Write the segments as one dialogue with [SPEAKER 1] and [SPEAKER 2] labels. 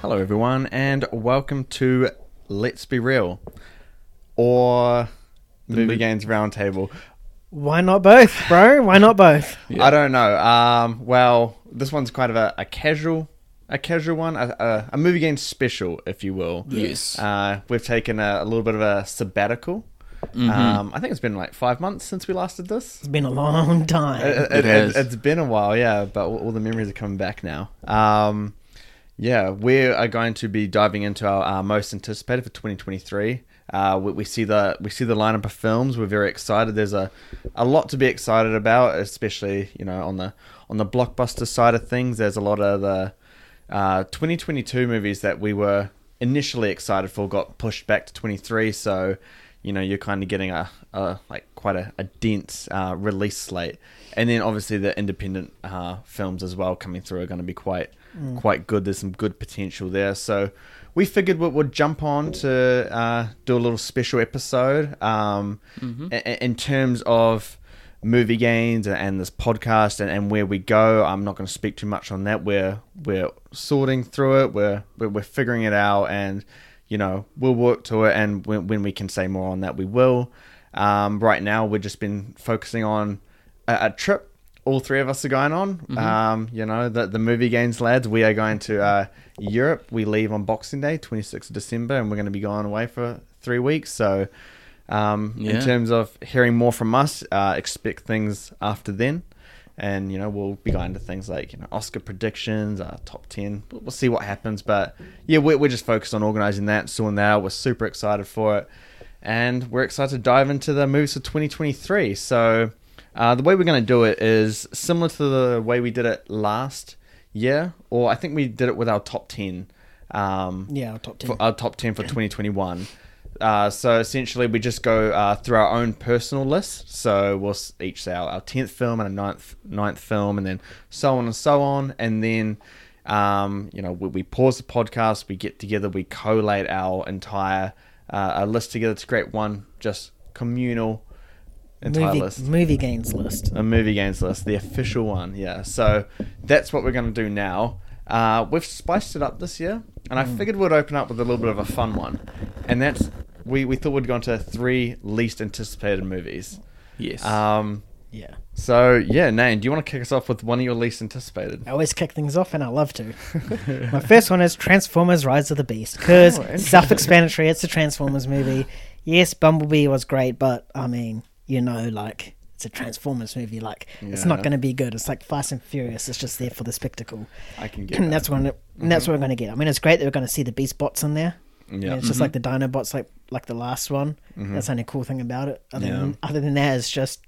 [SPEAKER 1] Hello, everyone, and welcome to Let's Be Real or the Movie Games Roundtable.
[SPEAKER 2] Why not both, bro? Why not both?
[SPEAKER 1] I don't know. Um, well, this one's kind of a, a casual, a casual one, a, a, a movie game special, if you will.
[SPEAKER 3] Yes.
[SPEAKER 1] Uh, we've taken a, a little bit of a sabbatical. Um, I think it's been like five months since we last did this.
[SPEAKER 2] It's been a long time.
[SPEAKER 1] It, it,
[SPEAKER 3] has.
[SPEAKER 1] has been a while, yeah, but all all the memories are coming back now. Um, yeah, we are going to be diving into our, our most anticipated for 2023. Uh, we, we see the we see the lineup of films. We're very excited. There's a, a lot to be excited about, especially you know on the on the blockbuster side of things. There's a lot of the uh, 2022 movies that we were initially excited for got pushed back to 23. So you know you're kind of getting a, a like quite a, a dense uh, release slate, and then obviously the independent uh, films as well coming through are going to be quite quite good. There's some good potential there. So we figured we would jump on to uh, do a little special episode um, i- i- in terms of movie games and, and this podcast and, and where we go. I'm not going to speak too much on that. We're we're sorting through it. We're we're, we're figuring it out, and you know we'll work to it. And when, when we can say more on that, we will. Um, right now, we've just been focusing on a, a trip. All three of us are going on. Um, you know the the movie games lads. We are going to uh, Europe. We leave on Boxing Day, 26th of December, and we're going to be going away for three weeks. So um, in
[SPEAKER 3] Yeah.
[SPEAKER 1] terms of hearing more from us, uh, expect things after then. And, you know, we'll be going to things like, you know, Oscar predictions, uh, top 10. We'll we'll see what happens. But yeah, we're, we're just focused on organizing that, sorting that out. We're super excited for it. And we're excited to dive into the movies of 2023. So uh, the way we're going to do it is similar to the way we did it last year, or I think we did it with our top 10. Um,
[SPEAKER 2] Yeah, our top ten.
[SPEAKER 1] for our top 10 for 2021. Uh, so essentially, we just go uh, through our own personal list. So we'll s- each say our, our 10th film and a 9th, ninth film, and then so on and so on. And then, um, you know, we, we pause the podcast, we get together, we collate our entire uh, our list together to create one just communal entire
[SPEAKER 2] movie,
[SPEAKER 1] list
[SPEAKER 2] movie games list.
[SPEAKER 1] a movie games list, the official one. Yeah, so that's what we're going to do now. Uh, we've spiced it up this year, and I figured we'd open up with a little bit of a fun one, and that's we we thought we'd gone to three least anticipated movies.
[SPEAKER 3] Yes.
[SPEAKER 1] Um,
[SPEAKER 2] Yeah,
[SPEAKER 1] so yeah, Nan, do you want to kick us off with one of your least anticipated?
[SPEAKER 2] I always kick things off, and I love to. My first one is Transformers: Rise of the Beast because
[SPEAKER 1] Oh, interesting.
[SPEAKER 2] self-explanatory. It's a Transformers movie. Yes, Bumblebee was great, but I mean, you know, like it's a Transformers movie. Like it's
[SPEAKER 1] Yeah.
[SPEAKER 2] not going to be good. It's like Fast and Furious. It's just there for the spectacle.
[SPEAKER 1] I can get
[SPEAKER 2] And
[SPEAKER 1] that.
[SPEAKER 2] that's when it, and that's what we're going to get. I mean, it's great that we're going to see the Beast bots in there.
[SPEAKER 1] Mm-hmm. Yeah. Mm-hmm.
[SPEAKER 2] And it's just like the Dinobots, like like the last one. That's the only cool thing about it. Other
[SPEAKER 1] Yeah.
[SPEAKER 2] than other than that, it's just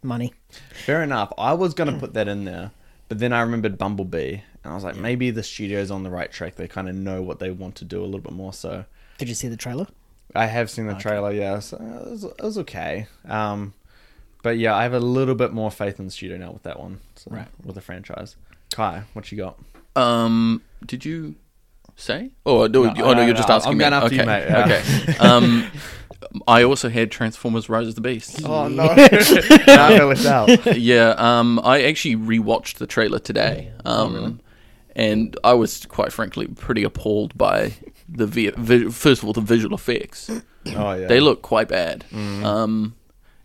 [SPEAKER 2] money.
[SPEAKER 1] Fair enough. I was going to put that in there, but then I remembered Bumblebee, and I was like, maybe the studio's on the right track. They kind of know what they want to do a little bit more. So
[SPEAKER 2] Did you see the trailer?
[SPEAKER 1] I have seen the trailer, yeah. So it was, it was okay. Um, but yeah, I have a little bit more faith in the studio now with that one. So,
[SPEAKER 3] Right.
[SPEAKER 1] With the franchise. Kai, what you got?
[SPEAKER 3] um, did you say? Oh, no, oh, no,
[SPEAKER 1] no,
[SPEAKER 3] you're just
[SPEAKER 1] no,
[SPEAKER 3] asking
[SPEAKER 1] I'm
[SPEAKER 3] me.
[SPEAKER 1] going after
[SPEAKER 3] okay.
[SPEAKER 1] you, mate,
[SPEAKER 3] Okay. um, I also had Transformers: Rise of the Beast.
[SPEAKER 1] Oh, no. I left out.
[SPEAKER 3] yeah, um, I actually rewatched the trailer today,
[SPEAKER 1] Oh,
[SPEAKER 3] um, and I was quite frankly pretty appalled by the vi- vi- first of all the visual effects.
[SPEAKER 1] Oh, yeah. Mm-hmm.
[SPEAKER 3] They look quite bad, um,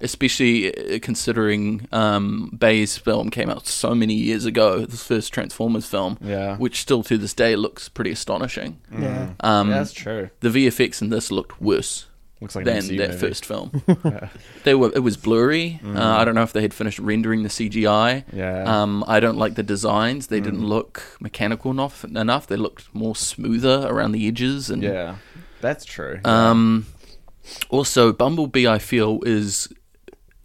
[SPEAKER 3] especially uh, considering um, Bay's film came out so many years ago, his first Transformers film,
[SPEAKER 1] Yeah. Mm.
[SPEAKER 3] which still to this day looks pretty astonishing.
[SPEAKER 2] Yeah.
[SPEAKER 3] Um,
[SPEAKER 1] Yeah, that's true.
[SPEAKER 3] the VFX in this looked worse
[SPEAKER 1] Looks like an
[SPEAKER 3] than
[SPEAKER 1] MCU
[SPEAKER 3] that
[SPEAKER 1] movie. Mm-hmm.
[SPEAKER 3] first film. They were it was blurry. Uh, I don't know if they had finished rendering the CGI.
[SPEAKER 1] Yeah. Mm-hmm.
[SPEAKER 3] Um, I don't like the designs. They didn't look mechanical enough. Enough. They looked more smoother around the edges and
[SPEAKER 1] Yeah. That's true.
[SPEAKER 3] um, also, Bumblebee, I feel, is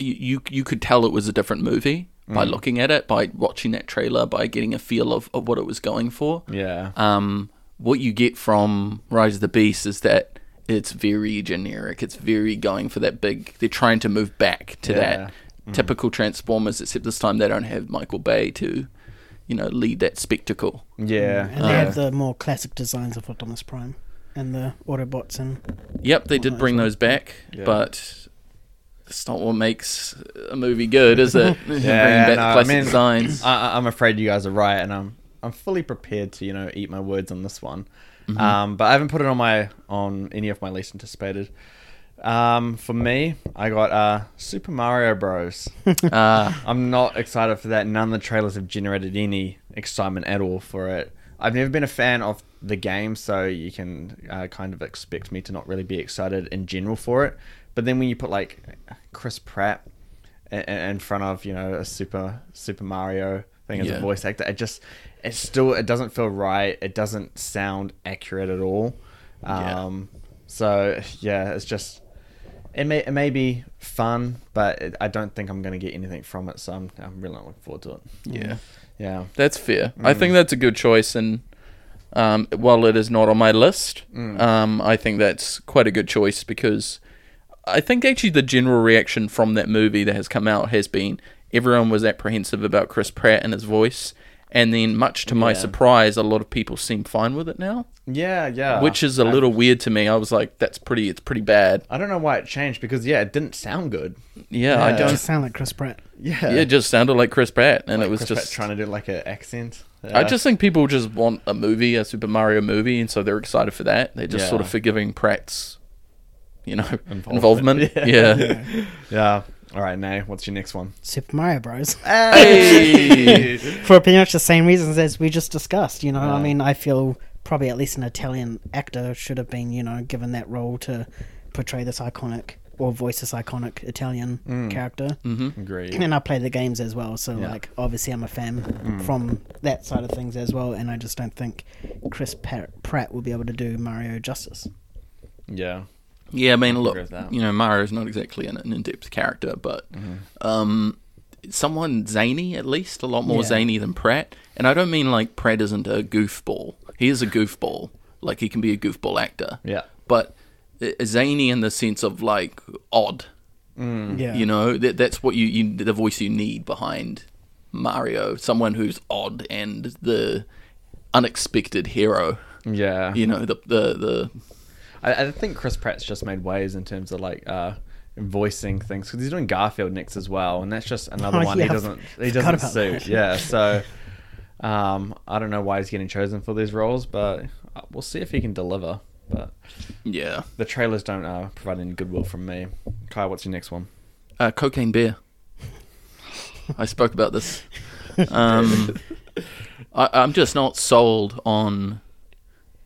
[SPEAKER 3] you, you you could tell it was a different movie by
[SPEAKER 1] Mm.
[SPEAKER 3] looking at it, by watching that trailer, by getting a feel of, of what it was going for.
[SPEAKER 1] yeah.
[SPEAKER 3] Um, what you get from Rise of the Beast is that it's very generic. It's very going for that big. They're trying to move back to
[SPEAKER 1] Yeah. Mm-hmm.
[SPEAKER 3] that typical Transformers, except this time they don't have Michael Bay to, you know, lead that spectacle.
[SPEAKER 1] Oh, yeah.
[SPEAKER 2] And they have the more classic designs of Optimus Prime and the Autobots and
[SPEAKER 3] Yep, they did bring those back, but it's not what makes a movie good, is it? Bringing
[SPEAKER 1] yeah,
[SPEAKER 3] back
[SPEAKER 1] no,
[SPEAKER 3] the
[SPEAKER 1] I
[SPEAKER 3] classic
[SPEAKER 1] mean-
[SPEAKER 3] designs.
[SPEAKER 1] I, I- I'm afraid you guys are right, and I'm I'm fully prepared to you know eat my words on this one. Um, but I haven't put it on my on any of my least anticipated. Um, for me, I got uh, Super Mario Bros.
[SPEAKER 3] Uh,
[SPEAKER 1] I'm not excited for that. None of the trailers have generated any excitement at all for it. I've never been a fan of the game, so you can uh, kind of expect me to not really be excited in general for it. But then when you put like Chris Pratt i- i- in front of you know a Super Super Mario thing as
[SPEAKER 3] Yeah.
[SPEAKER 1] a voice actor, it just it still it doesn't feel right. It doesn't sound accurate at all.
[SPEAKER 3] Yeah.
[SPEAKER 1] Um, So yeah, it's just it may it may be fun, but it, I don't think I'm going to get anything from it, so I'm I'm really not looking forward to it.
[SPEAKER 3] yeah.
[SPEAKER 1] Yeah. Mm.
[SPEAKER 3] That's fair. I think that's a good choice, and um, while it is not on my list,
[SPEAKER 1] Mm.
[SPEAKER 3] um, I think that's quite a good choice because I think actually the general reaction from that movie that has come out has been everyone was apprehensive about Chris Pratt and his voice, and then much to my
[SPEAKER 1] Yeah.
[SPEAKER 3] surprise, a lot of people seem fine with it now,
[SPEAKER 1] Yeah, yeah.
[SPEAKER 3] which is a
[SPEAKER 1] I-
[SPEAKER 3] little weird to me. I was like, that's pretty. It's pretty bad.
[SPEAKER 1] I don't know why it changed because yeah, it didn't sound good.
[SPEAKER 3] Yeah, I
[SPEAKER 1] Yeah.
[SPEAKER 2] Does
[SPEAKER 3] don't.
[SPEAKER 2] sound like Chris Pratt?
[SPEAKER 1] Yeah.
[SPEAKER 3] Yeah, it just sounded like Chris Pratt, and it was
[SPEAKER 1] Chris Pratt
[SPEAKER 3] just
[SPEAKER 1] trying to do like an accent.
[SPEAKER 3] I
[SPEAKER 1] Yeah.
[SPEAKER 3] just think people just want a movie, a Super Mario movie, and so they're excited for that. They're just sort of
[SPEAKER 1] Yeah.
[SPEAKER 3] forgiving Pratt's, you know, involvement.
[SPEAKER 1] Involvement.
[SPEAKER 3] Yeah.
[SPEAKER 1] Yeah. All right, Nay, what's your next one?
[SPEAKER 2] Super Mario Bros.
[SPEAKER 3] Hey!
[SPEAKER 2] For pretty much the same reasons as we just discussed. You know, I mean, I feel probably at least an Italian actor should have been, you know, given that role to portray this iconic or voice this iconic Italian character.
[SPEAKER 3] Hmm?
[SPEAKER 2] Mm-hmm.
[SPEAKER 1] Agreed.
[SPEAKER 2] And I play the games as well, so like obviously I'm a fan from that side of things as well, and I just don't think Chris Pat- Pratt will be able to do Mario justice.
[SPEAKER 1] Yeah.
[SPEAKER 3] yeah, I mean, look,
[SPEAKER 1] with that. Mm-hmm.
[SPEAKER 3] you know, Mario's not exactly an, an in-depth character, but um, someone zany at least, a lot more
[SPEAKER 2] Yeah.
[SPEAKER 3] zany than Pratt. And I don't mean like Pratt isn't a goofball. He is a goofball. Like he can be a goofball actor.
[SPEAKER 1] Yeah.
[SPEAKER 3] But uh, zany in the sense of like odd.
[SPEAKER 2] Yeah,
[SPEAKER 3] You know, that that's what you, you the voice you need behind Mario, someone who's odd and the unexpected hero.
[SPEAKER 1] Yeah.
[SPEAKER 3] You know, the the the
[SPEAKER 1] I, I think Chris Pratt's just made waves in terms of like uh, voicing things because he's doing Garfield next as well, and that's just another
[SPEAKER 2] Oh,
[SPEAKER 1] one
[SPEAKER 2] yeah,
[SPEAKER 1] he doesn't he
[SPEAKER 2] forgot
[SPEAKER 1] doesn't
[SPEAKER 2] about
[SPEAKER 1] suit.
[SPEAKER 2] that.
[SPEAKER 1] Yeah, so um, I don't know why he's getting chosen for these roles, but uh, we'll see if he can deliver. But
[SPEAKER 3] yeah,
[SPEAKER 1] the trailers don't uh, provide any goodwill from me. Kai, what's your next one?
[SPEAKER 3] uh, cocaine bear. I spoke about this. Um, I, I'm just not sold on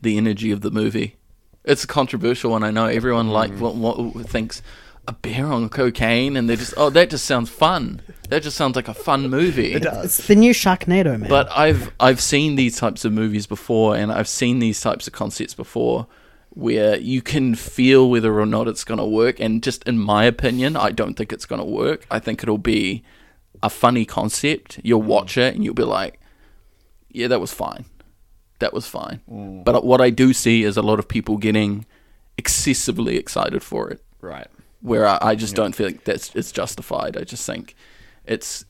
[SPEAKER 3] the energy of the movie. It's a controversial one. I know everyone like what, what thinks a bear on cocaine, and they just oh that just sounds fun. That just sounds like a fun movie.
[SPEAKER 2] it's the new Sharknado, man.
[SPEAKER 3] But I've I've seen these types of movies before, and I've seen these types of concepts before, where you can feel whether or not it's going to work. And just in my opinion, I don't think it's going to work. I think it'll be a funny concept. You'll watch it and you'll be like, "Yeah, that was fine. That was fine." But what I do see is a lot of people getting excessively excited for it
[SPEAKER 1] Right.
[SPEAKER 3] where I, I just don't feel like that's it's justified. I just think it's.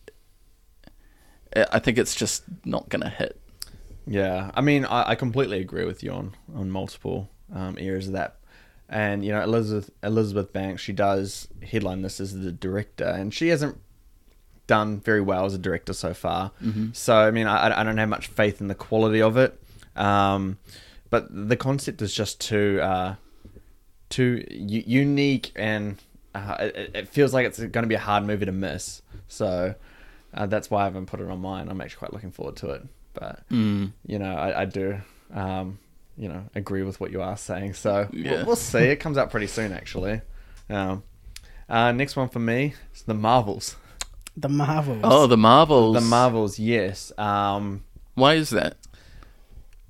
[SPEAKER 3] I I think it's just not gonna hit.
[SPEAKER 1] Yeah, I mean, I, I completely agree with you on on multiple um, areas of that. And you know, Elizabeth Elizabeth Banks, she does headline this as the director, and she hasn't done very well as a director so far. So I mean, I, I don't have much faith in the quality of it. Um, but the concept is just too uh, too u- unique, and uh, it- it, it feels like it's going to be a hard movie to miss. So uh, that's why I haven't put it on mine. I'm actually quite looking forward to it. But you know, I, I do, um, you know, agree with what you are saying. So
[SPEAKER 3] Yeah.
[SPEAKER 1] we'll, we'll see. It comes out pretty soon, actually. Um, uh, next one for me is the Marvels.
[SPEAKER 2] the Marvels.
[SPEAKER 3] Oh, the Marvels.
[SPEAKER 1] The Marvels, yes. Um,
[SPEAKER 3] Why is that?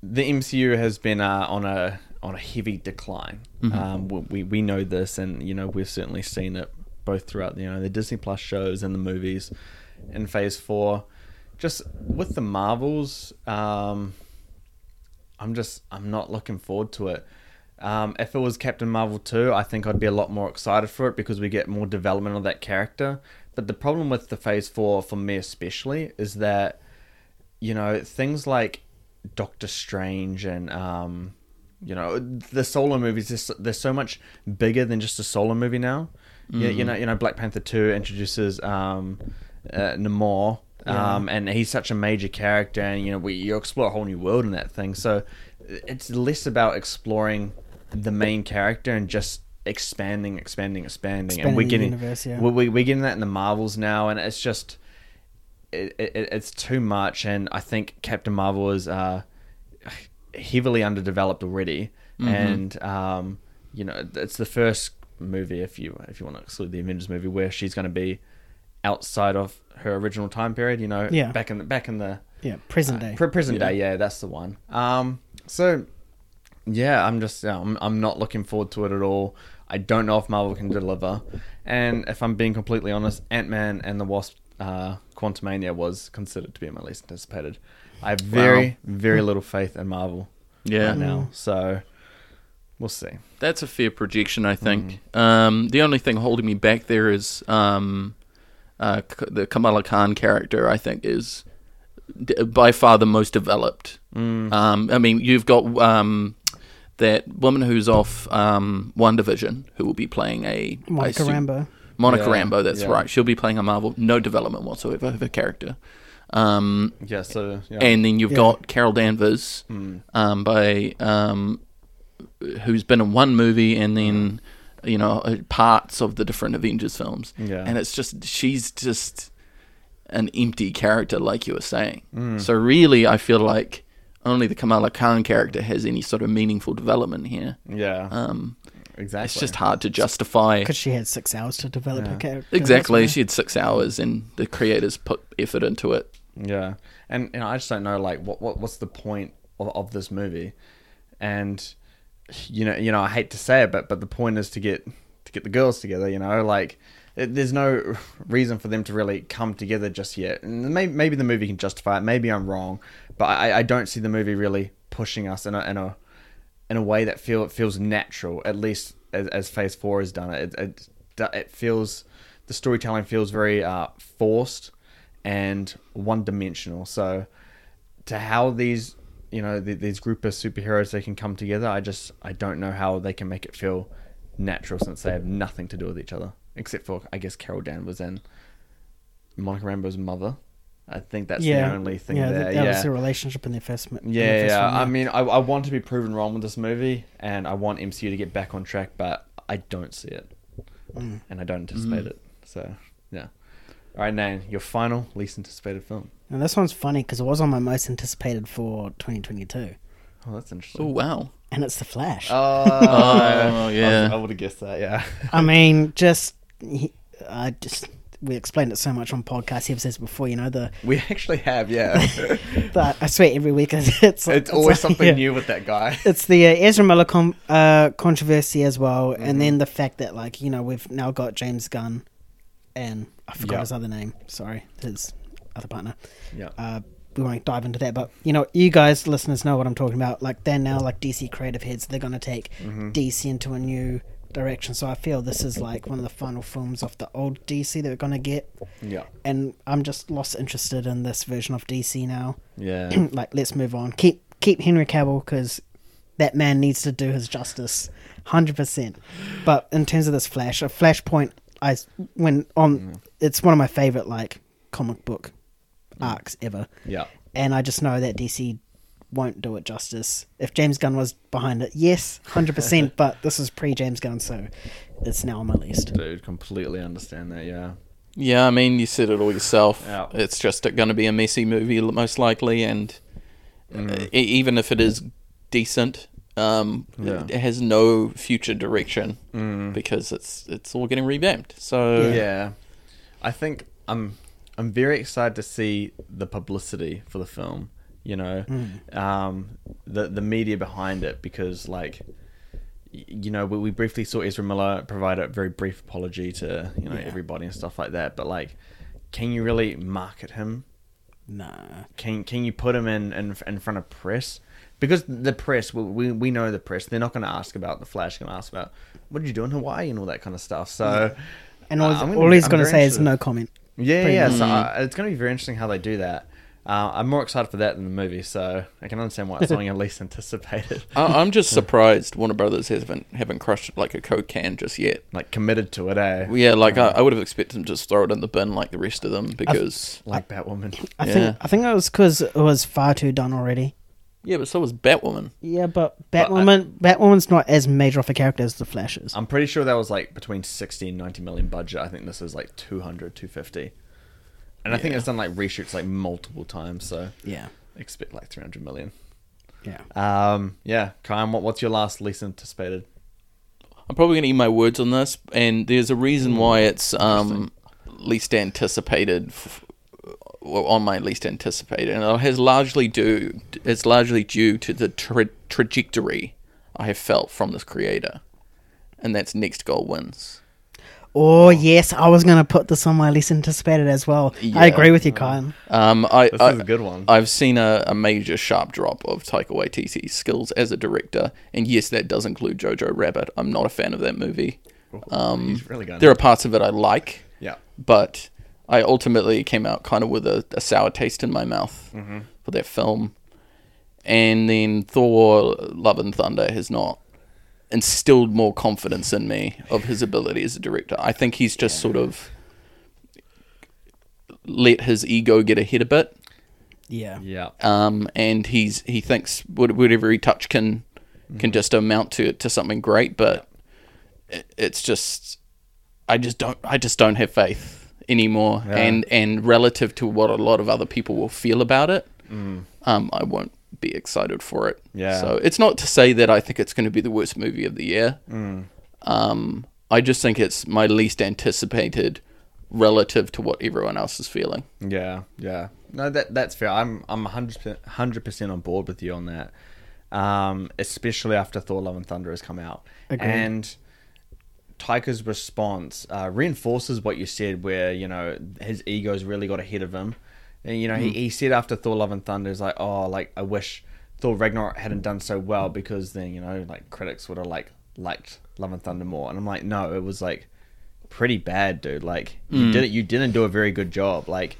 [SPEAKER 1] the MCU has been uh, on a on a heavy decline. Um, we- we we know this, and you know we've certainly seen it both throughout you know the Disney Plus shows and the movies. In Phase Four, just with the Marvels, um, I'm just I'm not looking forward to it. Um, if it was Captain Marvel 2, I think I'd be a lot more excited for it because we get more development of that character. But the problem with the Phase 4 for me especially is that you know things like Doctor Strange and um you know the solo movies they're so- they're so much bigger than just a solo movie now. You,
[SPEAKER 2] Mm-hmm.
[SPEAKER 1] you know you know Black Panther 2 introduces um uh, Namor um, and he's such a major character, and you know we you explore a whole new world in that thing. So it's less about exploring the main character and just expanding, expanding, expanding,
[SPEAKER 2] Expanding
[SPEAKER 1] and we're
[SPEAKER 2] the
[SPEAKER 1] getting
[SPEAKER 2] universe, yeah.
[SPEAKER 1] we- we, we're getting that in the Marvels now, and it's just it, it, it's too much. And I think Captain Marvel is uh, heavily underdeveloped already, and um, you know it's the first movie if you if you want to exclude the Avengers movie where she's going to be outside of her original time period. You know,
[SPEAKER 2] Yeah.
[SPEAKER 1] back in the back in the
[SPEAKER 2] Yeah,
[SPEAKER 3] Uh,
[SPEAKER 2] present day.
[SPEAKER 1] Pre- present day, yeah, that's the one. Um, so yeah, I'm just yeah, I'm I'm not looking forward to it at all. I don't know if Marvel can deliver, and if I'm being completely honest, Ant Man and the Wasp, uh, Quantumania was considered to be my least anticipated. I have very very little faith in Marvel
[SPEAKER 3] Yeah.
[SPEAKER 1] right now, so we'll see.
[SPEAKER 3] That's a fair projection, I think. Um, the only thing holding me back there is um, uh, K- the Kamala Khan character. I think is d- by far the most developed. Um, I mean, you've got um, that woman who's off um, One Division, who will be playing a I
[SPEAKER 2] Monica
[SPEAKER 3] assume-
[SPEAKER 2] Rambo.
[SPEAKER 3] Monica
[SPEAKER 1] Yeah,
[SPEAKER 3] Rambo. That's
[SPEAKER 1] yeah.
[SPEAKER 3] right. She'll be playing a Marvel. No development whatsoever of her character. Um,
[SPEAKER 1] Yeah, so yeah, Hmm.
[SPEAKER 3] and then you've
[SPEAKER 2] Yeah.
[SPEAKER 3] got Carol Danvers um, by um, who's been in one movie
[SPEAKER 1] Hmm.
[SPEAKER 3] and then you know uh, parts of the different Avengers films.
[SPEAKER 1] Yeah.
[SPEAKER 3] And it's just she's just an empty character, like you were saying.
[SPEAKER 1] Hmm.
[SPEAKER 3] So really, I feel like only the Kamala Khan character has any sort of meaningful development here.
[SPEAKER 1] yeah,
[SPEAKER 3] Um,
[SPEAKER 1] exactly.
[SPEAKER 3] it's just hard to justify.
[SPEAKER 2] Because she had six hours to develop her character. that's
[SPEAKER 3] Exactly,
[SPEAKER 2] why.
[SPEAKER 3] she had six hours, and the creators put effort into it.
[SPEAKER 1] Yeah, and you know, I just don't know like what, what what's the point of, of this movie, and you know you know I hate to say it, but but the point is to get to get the girls together. You know, like it, there's no reason for them to really come together just yet. And maybe maybe the movie can justify it. Maybe I'm wrong, but I, I don't see the movie really pushing us in a in a in a way that feel it feels natural. At least as, as Phase Four has done it, it, it, it feels the storytelling feels very uh, forced and one dimensional. So to how these you know th- these group of superheroes they can come together, I just I don't know how they can make it feel natural since they have nothing to do with each other except for I guess Carol Danvers and Monica Rambo's mother. I think that's
[SPEAKER 2] yeah.
[SPEAKER 1] the only thing
[SPEAKER 2] yeah,
[SPEAKER 1] there.
[SPEAKER 2] that, that
[SPEAKER 1] yeah.
[SPEAKER 2] was the relationship in their first. mo- in their
[SPEAKER 1] Yeah,
[SPEAKER 2] first
[SPEAKER 1] yeah.
[SPEAKER 2] film,
[SPEAKER 1] I mean, I, I want to be proven wrong with this movie, and I want MCU to get back on track, but I don't see it, and I don't
[SPEAKER 2] Mm.
[SPEAKER 1] anticipate it. So, yeah. All right, Nan, your final least anticipated film.
[SPEAKER 2] and this one's funny because it was on my most anticipated for 2022,
[SPEAKER 1] Oh, that's
[SPEAKER 3] Oh
[SPEAKER 1] interesting. Uh,
[SPEAKER 3] wow!
[SPEAKER 2] and it's The Flash.
[SPEAKER 3] Oh yeah.
[SPEAKER 1] I, would have guessed that. Yeah.
[SPEAKER 2] I mean, just he- I just we explained it so much on podcast episodes before. You know the
[SPEAKER 1] we actually have. Yeah.
[SPEAKER 2] but I swear every week it's it's,
[SPEAKER 1] it's always
[SPEAKER 2] like-
[SPEAKER 1] something
[SPEAKER 2] yeah.
[SPEAKER 1] new with that guy.
[SPEAKER 2] It's the uh, Ezra Miller com- uh, controversy as well,
[SPEAKER 1] Mm-hmm.
[SPEAKER 2] and then the fact that like you know we've now got James Gunn, and I forgot
[SPEAKER 1] Yeah.
[SPEAKER 2] his other name. Sorry, his other partner.
[SPEAKER 1] Yeah.
[SPEAKER 2] Uh, we won't dive into that, but you know, you guys, listeners, know what I'm talking about. Like they're now like DC creative heads. They're going to take
[SPEAKER 1] Mm-hmm.
[SPEAKER 2] DC into a new direction. So I feel this is like one of the final films of the old DC that we're going to get,
[SPEAKER 1] Yeah.
[SPEAKER 2] and I'm just lost interested in this version of DC now.
[SPEAKER 1] Yeah.
[SPEAKER 2] like let's move on. Keep keep Henry Cavill because that man needs to do his justice, hundred percent. But in terms of this Flash, a Flashpoint, I s- when on
[SPEAKER 1] Mm.
[SPEAKER 2] it's one of my favorite like comic book arcs ever,
[SPEAKER 1] Mm. Yeah.
[SPEAKER 2] and I just know that DC won't do it justice. If James Gunn was behind it, yes, hundred percent. But this is pre James Gunn, so it's now on my list.
[SPEAKER 1] Dude, completely understand that. Yeah.
[SPEAKER 3] Yeah, I mean, you said it all yourself.
[SPEAKER 1] Yeah.
[SPEAKER 3] It's just going to be a messy movie, l- most likely, and
[SPEAKER 1] Mm.
[SPEAKER 3] uh, e- even if it is decent, um,
[SPEAKER 1] Yeah. Mm.
[SPEAKER 3] it has no future direction because it's it's all getting revamped. So
[SPEAKER 1] yeah i think i'm i'm very excited to see the publicity for the film you know um the the media behind it because like y- you know we, we briefly saw ezra miller provide a very brief apology to you know everybody and stuff like that but like can you really market him
[SPEAKER 2] Nah,
[SPEAKER 1] can can you put him in in, in front of press because the press we, we, we know the press they're not going to ask about the flash going to ask about what did you do in hawaii and all that kind of stuff so
[SPEAKER 2] and all,
[SPEAKER 1] Uh, I'm gonna
[SPEAKER 2] all
[SPEAKER 1] be-
[SPEAKER 2] he's
[SPEAKER 1] I'm
[SPEAKER 2] going to
[SPEAKER 1] very
[SPEAKER 2] say is
[SPEAKER 1] interested.
[SPEAKER 2] no Mm. comment.
[SPEAKER 1] yeah,
[SPEAKER 2] pretty
[SPEAKER 1] yeah.
[SPEAKER 2] much.
[SPEAKER 1] So uh, it's going to be very interesting how they do that. Uh, I'm more excited for that than the movie, so I can understand why it's something I least anticipated,
[SPEAKER 3] I- I'm just surprised Warner Brothers haven't haven't crushed it like a Coke can just yet.
[SPEAKER 1] like committed to it, eh?
[SPEAKER 3] Well, Yeah, like I, I would have expected them to just throw it in the bin like the rest of them because
[SPEAKER 1] like Batwoman.
[SPEAKER 2] I
[SPEAKER 3] Yeah.
[SPEAKER 2] think I think it was because it was far too done already.
[SPEAKER 3] Yeah, but so was Batwoman.
[SPEAKER 2] Yeah, but Batwoman, Batwoman's not as major of a character as the Flash is.
[SPEAKER 1] I'm pretty sure that was like between 60 and 90 million budget. I think this is like 200, 250. And I think
[SPEAKER 3] Yeah.
[SPEAKER 1] it's done like reshoots like multiple times, so
[SPEAKER 2] yeah,
[SPEAKER 1] expect like 300 million.
[SPEAKER 2] yeah.
[SPEAKER 1] Um, yeah, Kyan, what, what's your last least anticipated?
[SPEAKER 3] I'm probably going to eat my words on this, and there's a
[SPEAKER 1] Mm.
[SPEAKER 3] reason why it's um, least anticipated. F- well, on my least anticipated, and it has largely due. It's largely due to the tra- trajectory I have felt from this creator, and that's next goal wins.
[SPEAKER 2] Oh yes, I was gonna put this on my least anticipated as well.
[SPEAKER 3] Yeah.
[SPEAKER 2] I agree with you, Kyan.
[SPEAKER 3] Um, I,
[SPEAKER 1] This
[SPEAKER 3] I,
[SPEAKER 1] is a good one.
[SPEAKER 3] I've seen a, a major sharp drop of Taika Waititi's skills as a director, and yes, that does include Jojo Rabbit. I'm not a fan of that movie. Um,
[SPEAKER 1] He's really going
[SPEAKER 3] There are parts of it I like,
[SPEAKER 1] Yeah.
[SPEAKER 3] but I ultimately came out kind of with a, a sour taste in my mouth
[SPEAKER 1] Mm-hmm.
[SPEAKER 3] for that film. And then Thor: Love and Thunder has not instilled more confidence in me of his ability as a director. I think he's just sort of let his ego get ahead a bit
[SPEAKER 2] Yeah,
[SPEAKER 1] Yeah.
[SPEAKER 3] um, and he's he thinks what- whatever he touch can
[SPEAKER 1] Mm-hmm.
[SPEAKER 3] can just amount to to something great, but it, it's just I just don't I just don't have faith anymore,
[SPEAKER 1] Yeah.
[SPEAKER 3] and and relative to what a lot of other people will feel about it, um, I won't be excited for it.
[SPEAKER 1] Mm. Yeah.
[SPEAKER 3] So it's not to say that I think it's going to be the worst movie of the year.
[SPEAKER 1] Mm.
[SPEAKER 3] Um, I just think it's my least anticipated relative to what everyone else is feeling.
[SPEAKER 1] Yeah, yeah. No, that that's fair. I'm I'm 100 percent on board with you on that. Um, especially after Thor: Love and Thunder has come out,
[SPEAKER 2] Agreed.
[SPEAKER 1] and Taika's response uh, reinforces what you said, where you know his ego's really got ahead of him. And you know, he, he said after Thor: Love and Thunder, is like, oh, like I wish Thor Ragnarok hadn't done so well because then you know, like critics would have like liked Love and Thunder more. And I'm like, no, it was like pretty bad, dude. Like you didn't you didn't do a very good job. Like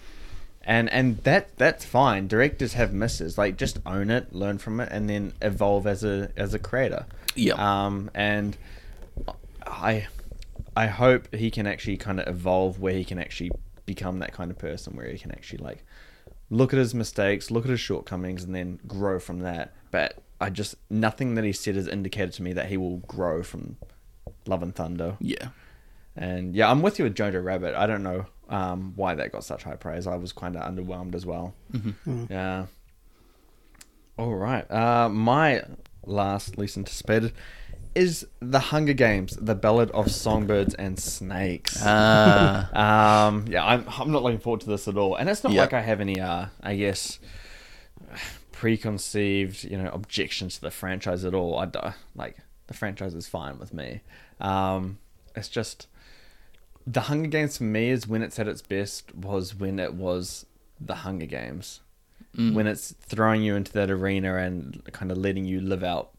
[SPEAKER 1] and and that that's fine. Directors have misses. Like just own it, learn from it, and then evolve as a as a creator.
[SPEAKER 3] Yeah.
[SPEAKER 1] Um. And I I hope he can actually kind of evolve where he can actually become that kind of person where he can actually like look at his mistakes, look at his shortcomings, and then grow from that. But I just nothing that he said has indicated to me that he will grow from Love and Thunder.
[SPEAKER 3] Yeah.
[SPEAKER 1] And yeah, I'm with you with Jojo Rabbit. I don't know um, why that got such high praise. I was kind of underwhelmed as well. Yeah. All right. Uh, my last least anticipated is The Hunger Games: The Ballad of Songbirds and Snakes.
[SPEAKER 3] Uh,
[SPEAKER 1] Um, yeah, I'm I'm not looking forward to this at all, and it's not
[SPEAKER 3] Yeah.
[SPEAKER 1] like I have any, uh, I guess, preconceived, you know, objections to the franchise at all. I d- like the franchise is fine with me. Um, it's just the Hunger Games for me is when it's at its best was when it was the Hunger Games, when it's throwing you into that arena and kind of letting you live out,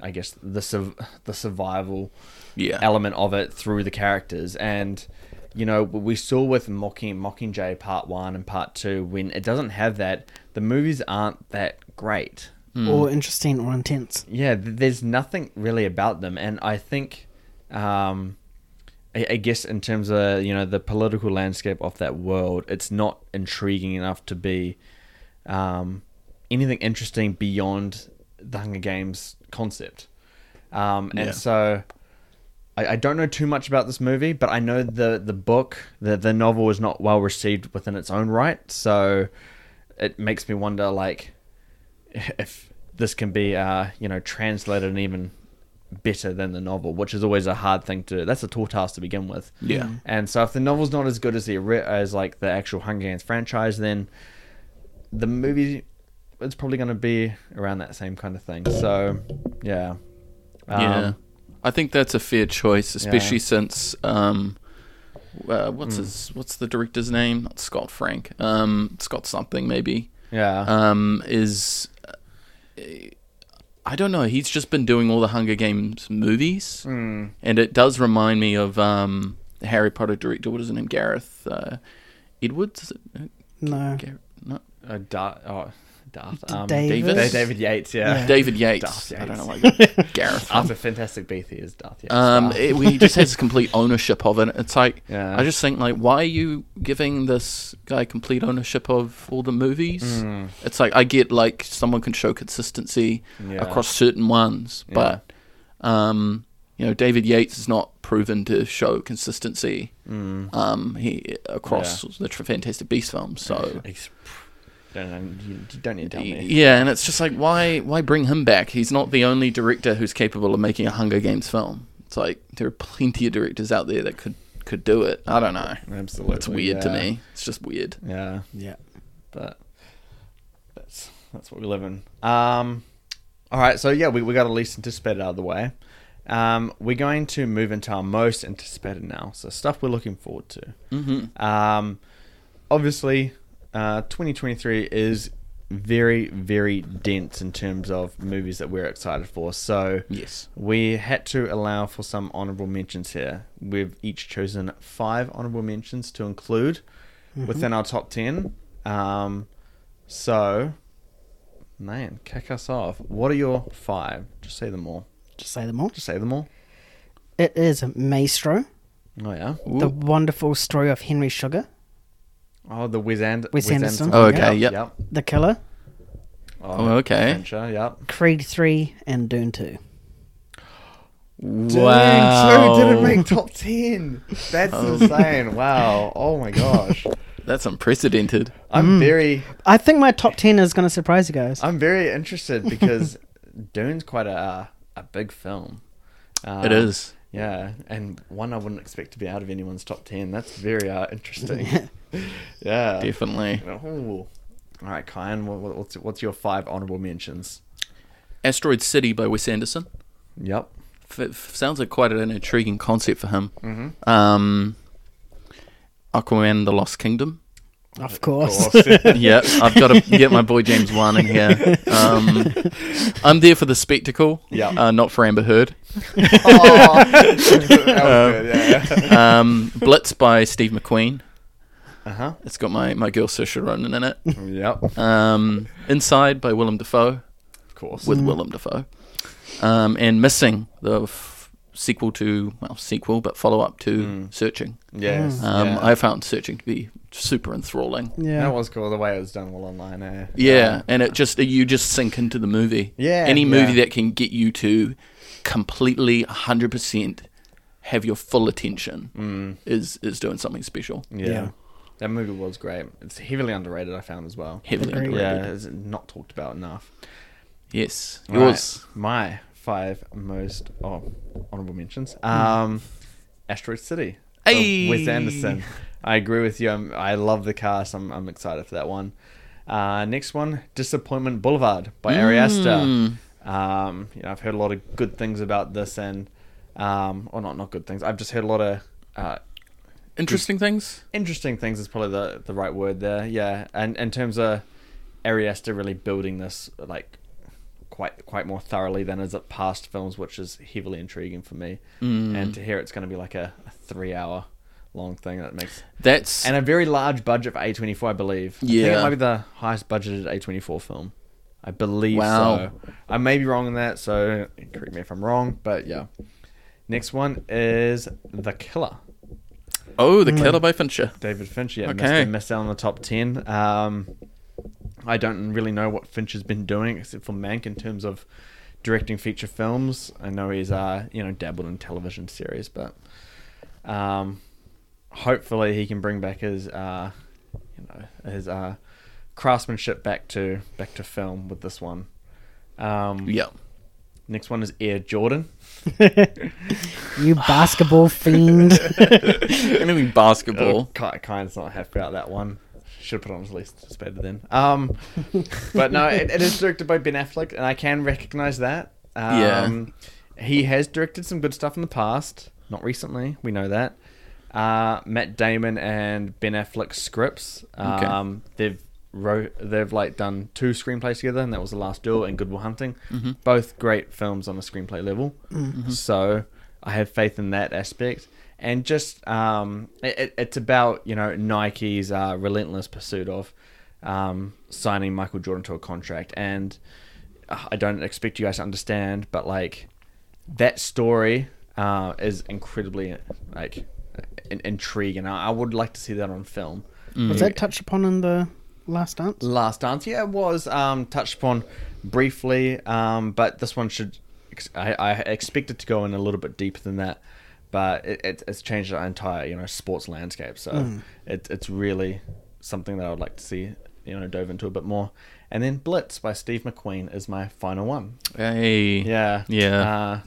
[SPEAKER 1] I guess, the su- the survival
[SPEAKER 3] yeah.
[SPEAKER 1] element of it through the characters and you know we saw with mocking mockingjay part one and part two when it doesn't have that the movies aren't that great
[SPEAKER 2] or interesting or intense.
[SPEAKER 1] yeah th- there's nothing really about them and i think um I, I guess in terms of you know the political landscape of that world it's not intriguing enough to be um anything interesting beyond the hunger games concept um and
[SPEAKER 3] Yeah.
[SPEAKER 1] so I, I don't know too much about this movie, but I know the the book, the the novel was not well received within its own right, so it makes me wonder like if this can be uh, you know translated and even better than the novel, which is always a hard thing to. That's a tall task to begin with.
[SPEAKER 3] Yeah.
[SPEAKER 1] And so if the novel's not as good as the ori- as like the actual Hunger Games franchise, then the movie it's probably going to be around that same kind of thing. So yeah. Um,
[SPEAKER 3] Yeah, I think that's a fair choice, especially
[SPEAKER 1] Yeah.
[SPEAKER 3] since um, uh, what's
[SPEAKER 1] Hmm.
[SPEAKER 3] his what's the director's name? Not Scott Frank. Um, Scott something maybe.
[SPEAKER 1] Yeah.
[SPEAKER 3] Um, is uh, I don't know. He's just been doing all the Hunger Games movies,
[SPEAKER 1] Hmm.
[SPEAKER 3] and it does remind me of um, the Harry Potter director. What is his name? Gareth uh, Edwards. Is it? uh,
[SPEAKER 2] No,
[SPEAKER 3] Gareth, no.
[SPEAKER 1] Uh, Dar- oh, Darth.
[SPEAKER 2] D-
[SPEAKER 1] Um, David.
[SPEAKER 2] Davis?
[SPEAKER 3] Davis?
[SPEAKER 1] David Yates, yeah.
[SPEAKER 3] David Yates.
[SPEAKER 1] Darth
[SPEAKER 3] I don't know
[SPEAKER 1] Yates.
[SPEAKER 3] why I got Gareth.
[SPEAKER 1] After Fantastic Beasts, he is Darth Yates.
[SPEAKER 3] Um,
[SPEAKER 1] Wow.
[SPEAKER 3] it, he just has complete ownership of it. It's like
[SPEAKER 1] Yeah.
[SPEAKER 3] I just think like, why are you giving this guy complete ownership of all the movies.
[SPEAKER 1] Mm.
[SPEAKER 3] It's like I get like someone can show consistency
[SPEAKER 1] Yeah.
[SPEAKER 3] across certain ones, but um, you know David Yates is not proven to show consistency
[SPEAKER 1] Mm.
[SPEAKER 3] um, he across the tr- Fantastic Beast films. So
[SPEAKER 1] Ex- Don't know, you, you don't need to tell me.
[SPEAKER 3] yeah, and it's just like why why bring him back? He's not the only director who's capable of making a Hunger Games film. It's like there are plenty of directors out there that could could do it. I don't know.
[SPEAKER 1] Absolutely,
[SPEAKER 3] It's weird to
[SPEAKER 1] yeah.
[SPEAKER 3] me. It's just weird.
[SPEAKER 1] Yeah,
[SPEAKER 2] Yeah.
[SPEAKER 1] but that's that's what we live in. Um, all right, so yeah, we, we got at least anticipated out of the way. Um, we're going to move into our most anticipated now, so stuff we're looking forward to. Mm-hmm. Um, obviously, uh, 2023 is very very dense in terms of movies that we're excited for. So
[SPEAKER 3] Yes.
[SPEAKER 1] we had to allow for some honorable mentions here. We've each chosen five honorable mentions to include within our top 10. Um, so, man, kick us off. What are your five? Just say them all.
[SPEAKER 2] Just say them all.
[SPEAKER 1] Just say them all.
[SPEAKER 2] It is Maestro,
[SPEAKER 1] Oh, yeah.
[SPEAKER 2] the wonderful story of Henry Sugar,
[SPEAKER 1] Oh, the Wes, and-
[SPEAKER 2] Wes Anderson.
[SPEAKER 3] Oh, okay.
[SPEAKER 1] Yep.
[SPEAKER 3] Yep.
[SPEAKER 1] yep.
[SPEAKER 2] The Killer,
[SPEAKER 3] Oh, okay.
[SPEAKER 1] Fincher, Yep.
[SPEAKER 2] Creed 3, and Dune 2.
[SPEAKER 3] Wow. Oh.
[SPEAKER 1] Dune 2 didn't make top 10. That's insane. Wow. Oh, my gosh.
[SPEAKER 3] That's unprecedented.
[SPEAKER 1] I'm very
[SPEAKER 2] I think my top 10 is going to surprise you guys.
[SPEAKER 1] I'm very interested because Dune's quite a uh, a big film. Uh,
[SPEAKER 3] It is.
[SPEAKER 1] yeah, and one I wouldn't expect to be out of anyone's top ten. That's very uh, interesting. yeah,
[SPEAKER 3] Definitely.
[SPEAKER 1] Ooh. All right, Kyan, what- what, what's what's your five honorable mentions?
[SPEAKER 3] Asteroid City by Wes Anderson.
[SPEAKER 1] Yep.
[SPEAKER 3] F- f- sounds like quite an intriguing concept for him.
[SPEAKER 1] Mm-hmm.
[SPEAKER 3] Um, Aquaman: The Lost Kingdom.
[SPEAKER 2] Of course.
[SPEAKER 3] yeah, I've got to get my boy James Wan in here. Um, I'm there for the spectacle.
[SPEAKER 1] Yeah.
[SPEAKER 3] uh, not for Amber Heard.
[SPEAKER 1] Aw. That was good, yeah.
[SPEAKER 3] Um, Blitz by Steve McQueen.
[SPEAKER 1] Uh huh.
[SPEAKER 3] It's got my my girl Saoirse Ronan in it.
[SPEAKER 1] Yep. Of
[SPEAKER 3] Um, Inside by Willem Dafoe.
[SPEAKER 1] course.
[SPEAKER 3] with Willem Dafoe. Um, and Missing, the f- sequel to, well, sequel, but follow up to Searching.
[SPEAKER 1] yes.
[SPEAKER 3] Um,
[SPEAKER 1] Mm. yeah.
[SPEAKER 3] I found Searching to be super enthralling. Yeah.
[SPEAKER 2] yeah.
[SPEAKER 1] That was cool. The way it was done well online. Eh?
[SPEAKER 3] and it just you just sink into the movie.
[SPEAKER 1] Yeah,
[SPEAKER 3] any movie
[SPEAKER 1] yeah.
[SPEAKER 3] that can get you to completely, hundred percent, have your full attention
[SPEAKER 1] Mm.
[SPEAKER 3] is is doing something special.
[SPEAKER 1] Um, Yeah.
[SPEAKER 2] Yeah.
[SPEAKER 1] That movie was great. It's heavily underrated. I found as well.
[SPEAKER 3] Heavily
[SPEAKER 2] Agreed.
[SPEAKER 3] underrated.
[SPEAKER 1] Yeah, it's not talked about enough.
[SPEAKER 3] Yes,
[SPEAKER 1] Right,
[SPEAKER 3] yours.
[SPEAKER 1] my five most oh, honorable mentions. Um, Asteroid City. of
[SPEAKER 3] Hmm. Hey!
[SPEAKER 1] Wes Anderson. I agree with you. I'm, I love the cast. I'm, I'm excited for that one. Uh, next one, Disappointment Boulevard by Ari
[SPEAKER 3] Hmm.
[SPEAKER 1] Aster. Um, you know, I've heard a lot of good things about this, and um, or not not good things. I've just heard a lot of uh,
[SPEAKER 3] Interesting things.
[SPEAKER 1] interesting things is probably the the right word there. Yeah, and in terms of Ariesta really building this like quite quite more thoroughly than his past films, which is heavily intriguing for me.
[SPEAKER 3] Mm.
[SPEAKER 1] And to hear it's going to be like a, a three hour long thing that makes
[SPEAKER 3] That's
[SPEAKER 1] and a very large budget for A twenty four, I believe. I think it
[SPEAKER 3] Yeah.
[SPEAKER 1] might be the highest budgeted A twenty four film. I believe
[SPEAKER 3] Wow.
[SPEAKER 1] so. I may be wrong in that, so correct me if I'm wrong. But uh, yeah, next one is The Killer.
[SPEAKER 3] oh,
[SPEAKER 1] Mm.
[SPEAKER 3] the killer by Fincher.
[SPEAKER 1] David Finch. Yeah,
[SPEAKER 3] Okay.
[SPEAKER 1] missed, missed out on the top ten. Um, I don't really know what Finch has been doing except for Mank in terms of directing feature films. I know he's uh, you know dabbled in television series, but um, hopefully he can bring back his uh, you know his uh, craftsmanship back to back to film with this one. Um,
[SPEAKER 3] Yeah.
[SPEAKER 1] Next one is Air Jordan.
[SPEAKER 2] You basketball fiend.
[SPEAKER 3] Anything basketball.
[SPEAKER 1] Ki- Kind's Oh, not happy about that one. Should put it on his list. It's better then. Um, but no, it, it is directed by Ben Affleck, and I can recognize that. Um, yeah. He has directed some good stuff in the past. Not recently, we know that. Uh, Matt Damon and Ben Affleck scripts.
[SPEAKER 3] Okay.
[SPEAKER 1] Um, They've wrote, they've like done two screenplays together, and that was The Last Duel and Good Will Hunting. Both great films on a screenplay level. So I have faith in that aspect, and just um, it, it- it's about you know Nike's uh, relentless pursuit of um, signing Michael Jordan to a contract, and uh, I don't expect you guys to understand, but like that story uh, is incredibly like in, intrigue, and I, I would like to see that on film.
[SPEAKER 2] Was that touched upon in the last dance?
[SPEAKER 1] Last Dance, yeah, it was um, touched upon briefly, um, but this one should. ex- I, I expect it to go in a little bit deeper than that, but it, it, it's changed the entire you know sports landscape. So it, it's really something that I would like to see you know dove into a bit more. And then Blitz by Steve McQueen is my final one.
[SPEAKER 3] Hey.
[SPEAKER 1] Yeah,
[SPEAKER 3] Yeah.
[SPEAKER 1] Uh,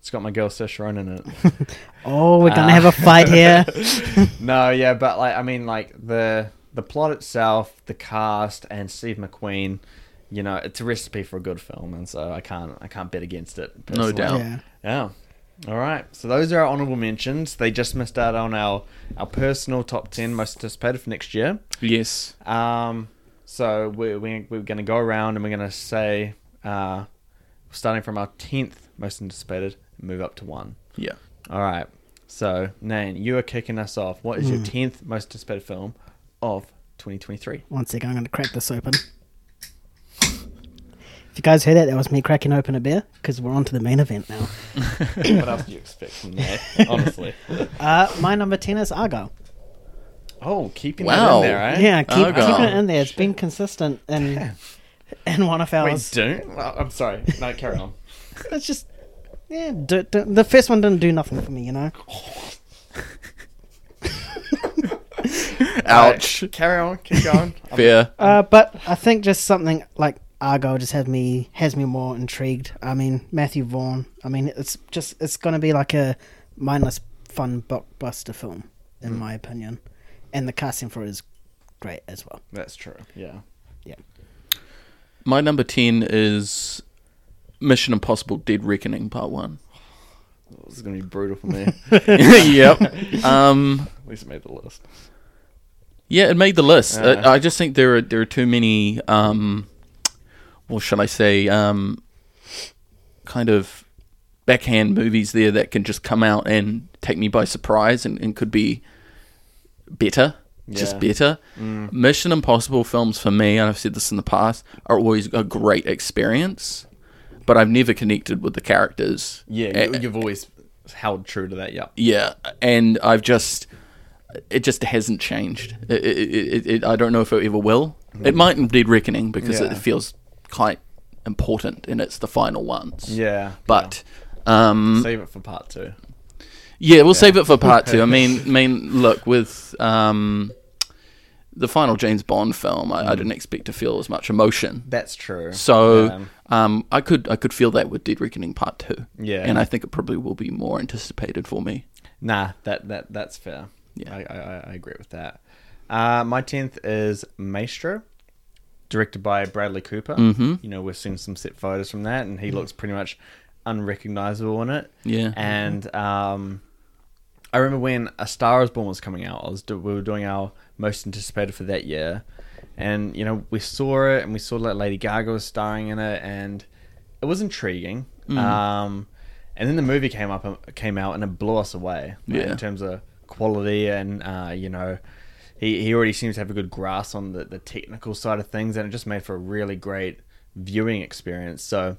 [SPEAKER 1] it's got my girl Saoirse Ronan in it.
[SPEAKER 2] Oh, we're gonna have a fight here.
[SPEAKER 1] No, yeah, but like I mean, like the the plot itself, the cast, and Steve McQueen. You know, it's a recipe for a good film, and so I can't I can't bet against it. personally.
[SPEAKER 3] doubt.
[SPEAKER 2] yeah.
[SPEAKER 1] Yeah. All right. So those are our honorable mentions. They just missed out on our our personal top ten most anticipated for next year.
[SPEAKER 3] Yes.
[SPEAKER 1] Um, so we're we're, we're going to go around and we're going to say, uh, starting from our tenth most anticipated, move up to one.
[SPEAKER 3] Yeah.
[SPEAKER 1] All right. So, Nan, you are kicking us off. What is your 10th most anticipated film of 2023?
[SPEAKER 2] One second, I'm going to crack this open. If you guys heard that, that was me cracking open a beer because we're on to the main event now.
[SPEAKER 1] what else do you expect from that, honestly?
[SPEAKER 2] Uh, my number 10 is Argyle.
[SPEAKER 1] Oh, keeping
[SPEAKER 3] Wow.
[SPEAKER 1] that in there, eh?
[SPEAKER 2] Yeah, keep, keep
[SPEAKER 3] Argyle.
[SPEAKER 2] it in there. It's been consistent in, in one of
[SPEAKER 1] Wait,
[SPEAKER 2] ours.
[SPEAKER 1] don't? Well, I'm sorry. No, carry on.
[SPEAKER 2] It's just, yeah, do, do, the first one didn't do nothing for me, you know?
[SPEAKER 3] Ouch.
[SPEAKER 1] All right, carry on. Keep going. I'm-
[SPEAKER 3] Fair.
[SPEAKER 2] Uh, but I think just something like Argo just had me has me more intrigued. I mean Matthew Vaughn. I mean it's just it's going to be like a mindless fun blockbuster film in my opinion, and the casting for it is great as well.
[SPEAKER 1] That's true. Yeah.
[SPEAKER 3] My number 10 is Mission Impossible Dead Reckoning Part 1.
[SPEAKER 1] This is going to be brutal for me.
[SPEAKER 3] yep. Um,
[SPEAKER 1] At least it made the list.
[SPEAKER 3] yeah, it made the list.
[SPEAKER 1] Uh.
[SPEAKER 3] I, I just think there are there are too many, um, what shall I say, um, kind of backhand movies there that can just come out and take me by surprise and, and could be better,
[SPEAKER 1] Yeah. Mm.
[SPEAKER 3] just better. Mission Impossible films for me, and I've said this in the past, are always a great experience, but I've never connected with the characters.
[SPEAKER 1] Yeah,
[SPEAKER 3] A-
[SPEAKER 1] you, you've always held true to that. Yeah.
[SPEAKER 3] yeah, and I've just it just hasn't changed. It, it, it, it, I don't know if it ever will. It might indeed reckoning because
[SPEAKER 1] Mm. Yeah.
[SPEAKER 3] it feels quite important and it's the final ones.
[SPEAKER 1] Yeah.
[SPEAKER 3] But um,
[SPEAKER 1] Save it for part two.
[SPEAKER 3] yeah, we'll save it for part two. I mean, mean, look with um, the final James Bond film,
[SPEAKER 1] Mm.
[SPEAKER 3] I, I didn't expect to feel as much emotion.
[SPEAKER 1] That's true.
[SPEAKER 3] So
[SPEAKER 1] Um,
[SPEAKER 3] um, I could I could feel that with Dead Reckoning Part Two.
[SPEAKER 1] Yeah.
[SPEAKER 3] and I think it probably will be more anticipated for me.
[SPEAKER 1] Nah, that that that's fair.
[SPEAKER 3] Yeah.
[SPEAKER 1] I I, I- I agree with that. Uh, my tenth is Maestro, directed by Bradley Cooper. Mm-hmm. You know, we've seen some set photos from that, and he looks pretty much unrecognizable in it.
[SPEAKER 3] Yeah.
[SPEAKER 1] and um, I remember when A Star Is Born was coming out. I was do- we were doing our most anticipated for that year, and you know we saw it and we saw that Lady Gaga was starring in it, and it was intriguing.
[SPEAKER 3] Mm-hmm.
[SPEAKER 1] Um, and then the movie came up uh, came out and it blew us away like,
[SPEAKER 3] Yeah.
[SPEAKER 1] in terms of quality and uh, you know. He, he already seems to have a good grasp on the, the technical side of things, and it just made for a really great viewing experience. So,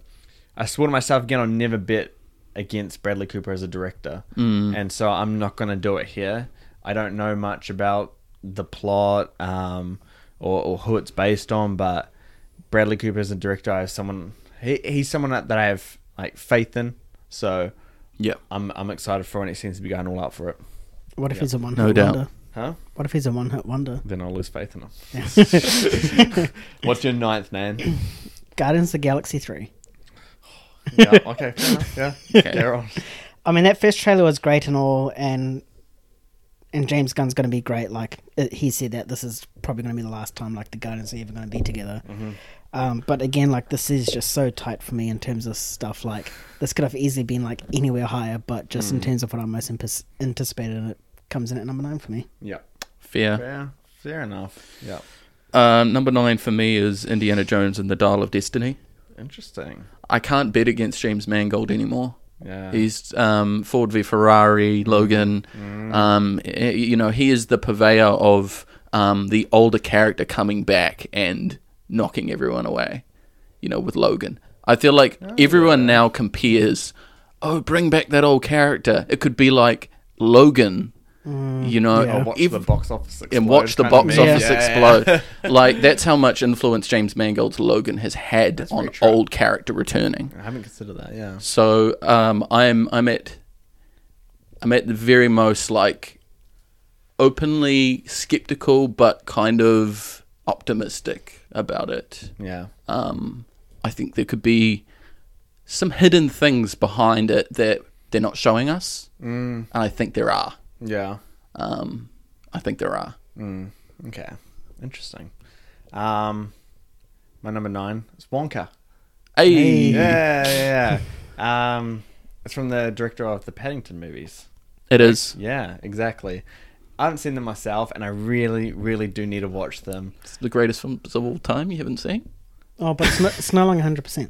[SPEAKER 1] I swore to myself again, I'll never bet against Bradley Cooper as a director. And so I'm not going to do it here. I don't know much about the plot um, or, or who it's based on, but Bradley Cooper as a director, I have someone, he, he's someone that, that I have like faith in. So
[SPEAKER 3] Yeah.
[SPEAKER 1] I'm, I'm excited for it. and It seems to be going all out for it.
[SPEAKER 2] What if he's a one hit
[SPEAKER 3] No doubt.
[SPEAKER 2] wonder?
[SPEAKER 1] Huh?
[SPEAKER 2] What if he's a one hit wonder?
[SPEAKER 1] Then I'll lose faith in him. What's your ninth name?
[SPEAKER 2] Guardians of the Galaxy three.
[SPEAKER 1] yeah, okay. fair enough, Yeah. Carry on.
[SPEAKER 2] I mean, that first trailer was great and all, and and James Gunn's going to be great. Like it, he said that this is probably going to be the last time like the Guardians are ever going to be together.
[SPEAKER 1] Mm-hmm.
[SPEAKER 2] Um, but again, like this is just so tight for me in terms of stuff. Like this could have easily been like anywhere higher, but just
[SPEAKER 1] Mm.
[SPEAKER 2] in terms of what I'm most impas- anticipated, and it comes in at number nine for me.
[SPEAKER 1] Yeah.
[SPEAKER 3] Fair.
[SPEAKER 1] Fair, fair enough. Yeah.
[SPEAKER 3] Uh, number nine for me is Indiana Jones and the Dial of Destiny.
[SPEAKER 1] Interesting.
[SPEAKER 3] I can't bet against James Mangold anymore.
[SPEAKER 1] Yeah.
[SPEAKER 3] He's um, Ford v Ferrari, Logan. Um, eh, you know, he is the purveyor of um, the older character coming back and knocking everyone away. You know, with Logan, I feel like everyone now compares. Oh, bring back that old character. It could be like Logan you know,
[SPEAKER 2] Yeah.
[SPEAKER 1] Or watch
[SPEAKER 3] ev-
[SPEAKER 1] the box office explode.
[SPEAKER 3] and watch the
[SPEAKER 1] kind of
[SPEAKER 2] me.
[SPEAKER 3] box
[SPEAKER 1] thing.
[SPEAKER 2] Yeah.
[SPEAKER 3] office explode. like that's how much influence James Mangold's Logan has had on
[SPEAKER 1] very true.
[SPEAKER 3] old character returning.
[SPEAKER 1] I haven't considered that. Yeah.
[SPEAKER 3] So um, I'm I'm at I'm at the very most like openly skeptical but kind of optimistic about it.
[SPEAKER 1] Yeah.
[SPEAKER 3] Um, I think there could be some hidden things behind it that they're not showing us,
[SPEAKER 1] Mm,
[SPEAKER 3] and I think there are.
[SPEAKER 1] yeah.
[SPEAKER 3] Um, I think there are.
[SPEAKER 1] Mm, okay. Interesting. Um, my number nine is Wonka.
[SPEAKER 3] Hey,
[SPEAKER 1] Yeah, yeah. yeah. um, it's from the director of the Paddington movies.
[SPEAKER 3] it is.
[SPEAKER 1] Yeah, exactly. I haven't seen them myself, and I really, really do need to watch them.
[SPEAKER 3] It's the greatest films of all time you haven't seen.
[SPEAKER 2] Oh, but it's, no, it's no longer 100%.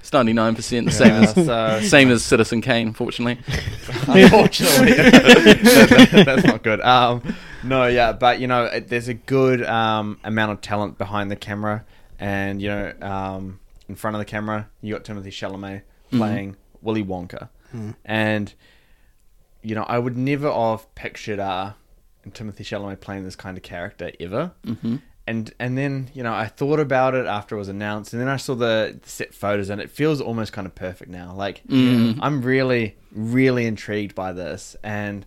[SPEAKER 3] It's ninety nine percent the
[SPEAKER 1] Yeah,
[SPEAKER 3] same
[SPEAKER 1] so-
[SPEAKER 3] as same as Citizen Kane. Fortunately,
[SPEAKER 1] unfortunately. That- that- that's not good. Um, no, yeah, but you know, it, there's a good um, amount of talent behind the camera, and you know, um, in front of the camera, you got Timothy Chalamet playing Willy Wonka, and you know, I would never have pictured uh, Timothy Chalamet playing this kind of character ever. Mm-hmm. And and then you know I thought about it after it was announced, and then I saw the set photos, and it feels almost kind of perfect now. Like I'm really really intrigued by this, and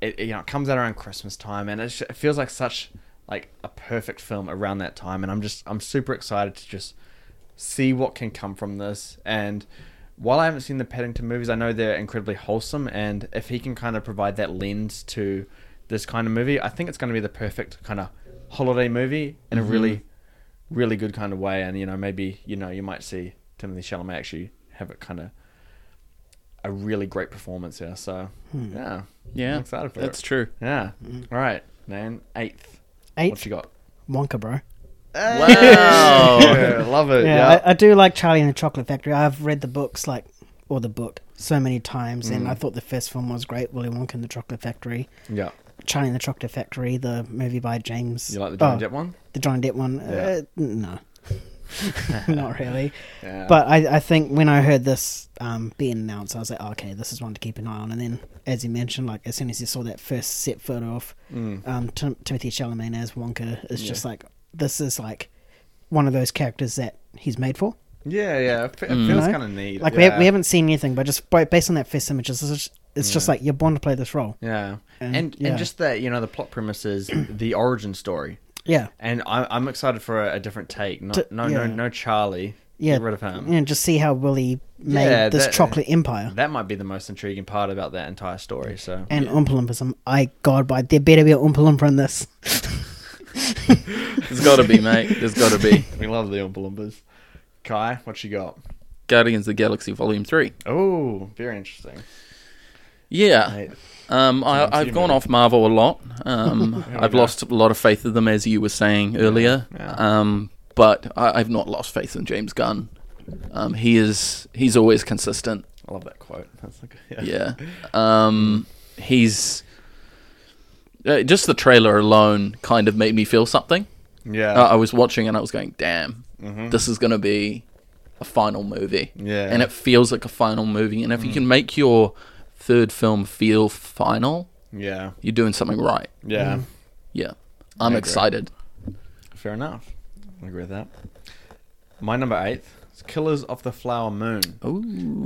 [SPEAKER 1] it it, you know it comes out around Christmas time, and it's, it feels like such like a perfect film around that time, and I'm just I'm super excited to just see what can come from this. And while I haven't seen the Paddington movies, I know they're incredibly wholesome. And if he can kind of provide that lens to this kind of movie, I think it's going to be the perfect kind of holiday movie in
[SPEAKER 2] Mm-hmm.
[SPEAKER 1] a really, really good kind of way. And, you know, maybe, you know, you might see Timothy Chalamet actually have it kind of a really great performance here. So,
[SPEAKER 2] Hmm.
[SPEAKER 1] yeah.
[SPEAKER 3] yeah,
[SPEAKER 1] I'm excited for
[SPEAKER 3] that's
[SPEAKER 1] it.
[SPEAKER 3] true.
[SPEAKER 1] Yeah.
[SPEAKER 2] Mm-hmm.
[SPEAKER 1] All right. Nan, eighth. What
[SPEAKER 2] Eighth,
[SPEAKER 1] you got?
[SPEAKER 2] Wonka, bro.
[SPEAKER 3] Wow.
[SPEAKER 1] Yeah, love it.
[SPEAKER 2] Oh. Yeah,
[SPEAKER 1] Yeah.
[SPEAKER 2] I, I do like Charlie and the Chocolate Factory. I've read the books, like, or the book, so many times,
[SPEAKER 1] Mm.
[SPEAKER 2] and I thought the first film was great Willy Wonka and the Chocolate Factory.
[SPEAKER 1] yeah.
[SPEAKER 2] Charlie and the Chocolate Factory, the movie by James.
[SPEAKER 1] You like the Johnny
[SPEAKER 2] oh,
[SPEAKER 1] Depp one?
[SPEAKER 2] The Johnny Depp one? Uh, no. Not really.
[SPEAKER 1] Yeah.
[SPEAKER 2] But I, I think when I heard this um, being announced, I was like, oh, okay, this is one to keep an eye on. And then, as you mentioned, like as soon as you saw that first set photo of
[SPEAKER 1] Mm.
[SPEAKER 2] um, Tim- Timothy Chalamet as Wonka, it's just like this is like one of those characters that he's made for.
[SPEAKER 1] Yeah, yeah. It, fe- it
[SPEAKER 2] You
[SPEAKER 1] feels
[SPEAKER 2] know?
[SPEAKER 1] kind of neat.
[SPEAKER 2] Like
[SPEAKER 1] yeah.
[SPEAKER 2] we, ha- we haven't seen anything, but just by, based on that first image, it's just, it's just like you're born to play this role.
[SPEAKER 1] Yeah, and
[SPEAKER 2] And-
[SPEAKER 1] and,
[SPEAKER 2] yeah.
[SPEAKER 1] just that you know the plot premise is the origin story,
[SPEAKER 2] Yeah,
[SPEAKER 1] and I'm I'm excited for a, a different take. No,
[SPEAKER 2] T-
[SPEAKER 1] no, no,
[SPEAKER 2] yeah.
[SPEAKER 1] no, Charlie.
[SPEAKER 2] yeah.
[SPEAKER 1] Get rid of him.
[SPEAKER 2] Yeah, just see how Willie made
[SPEAKER 1] Yeah,
[SPEAKER 2] this
[SPEAKER 1] that-
[SPEAKER 2] chocolate empire.
[SPEAKER 1] That might be the most intriguing part about that entire story. So
[SPEAKER 2] and Oompa Loompas. I'm, I God, by there better be an Oompa Loompa in this.
[SPEAKER 3] There's got to be, mate. There's got to be.
[SPEAKER 1] we love the Oompa Loompas. Kai, what you got?
[SPEAKER 3] Guardians of the Galaxy Volume Three.
[SPEAKER 1] Oh, very interesting.
[SPEAKER 3] Yeah,
[SPEAKER 1] Mate,
[SPEAKER 3] um, I,
[SPEAKER 1] It's an
[SPEAKER 3] I've gone
[SPEAKER 1] anti-movie.
[SPEAKER 3] off Marvel a lot. Um,
[SPEAKER 1] we
[SPEAKER 3] I've
[SPEAKER 1] go.
[SPEAKER 3] lost a lot of faith in them, as you were saying earlier.
[SPEAKER 1] yeah.
[SPEAKER 3] Um, but I, I've not lost faith in James Gunn. Um, he is he's always consistent.
[SPEAKER 1] I love that quote. That's like, yeah.
[SPEAKER 3] yeah. Um, he's uh, just the trailer alone kind of made me feel something.
[SPEAKER 1] yeah, Mm-hmm.
[SPEAKER 3] Uh, I was watching and I was going, "Damn, this is gonna be a final movie."
[SPEAKER 1] Yeah. Mm.
[SPEAKER 3] and it feels like a final movie. And if you can make your third film feel final,
[SPEAKER 1] yeah,
[SPEAKER 3] you're doing something right.
[SPEAKER 1] yeah.
[SPEAKER 2] mm.
[SPEAKER 3] Yeah, I'm
[SPEAKER 1] agree.
[SPEAKER 3] excited.
[SPEAKER 1] Fair enough. I agree with that. My number eight is Killers of the Flower Moon.
[SPEAKER 3] Ooh,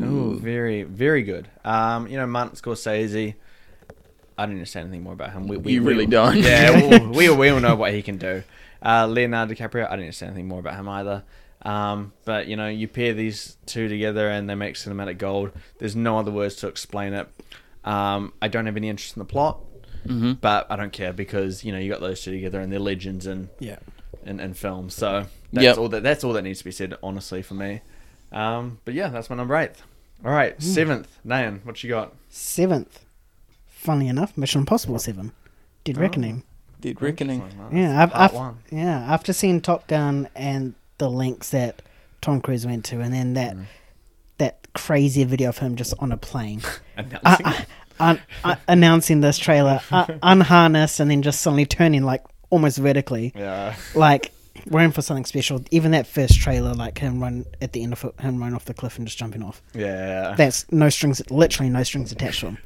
[SPEAKER 1] Ooh, very, very good. Um, you know, Martin Scorsese. I don't understand anything more about him. We, we
[SPEAKER 3] You really
[SPEAKER 1] we-
[SPEAKER 3] don't.
[SPEAKER 1] Yeah, we, we we all know what he can do. Uh, Leonardo DiCaprio. I don't understand anything more about him either. Um, but you know, you pair these two together and they make cinematic gold. There's no other words to explain it. Um, I don't have any interest in the plot,
[SPEAKER 3] Mm-hmm.
[SPEAKER 1] but I don't care because you know you got those two together and they're legends and
[SPEAKER 2] yeah.
[SPEAKER 1] in, in film. So that's
[SPEAKER 3] Yep.
[SPEAKER 1] all that that's all that needs to be said, honestly, for me. Um, but yeah, that's my number eight. All right, seventh, Nan, what you got?
[SPEAKER 2] Seventh, funnily enough, Mission Impossible Seven, Dead Reckoning.
[SPEAKER 3] Dead Reckoning.
[SPEAKER 2] Yeah, I've,
[SPEAKER 1] Oh, Part
[SPEAKER 2] I've,
[SPEAKER 1] one.
[SPEAKER 2] yeah. After seeing Top Gun and the links that Tom Cruise went to, and
[SPEAKER 1] Mm.
[SPEAKER 2] then that that crazy video of him just on a plane. uh, uh, un- uh, announcing this trailer, uh, unharnessed, and then just suddenly turning like almost vertically.
[SPEAKER 1] Yeah,
[SPEAKER 2] like we're in for something special. Even that first trailer, like him run at the end of it, him run off the cliff and just jumping off.
[SPEAKER 1] yeah,
[SPEAKER 2] That's no strings, literally no strings attached to him.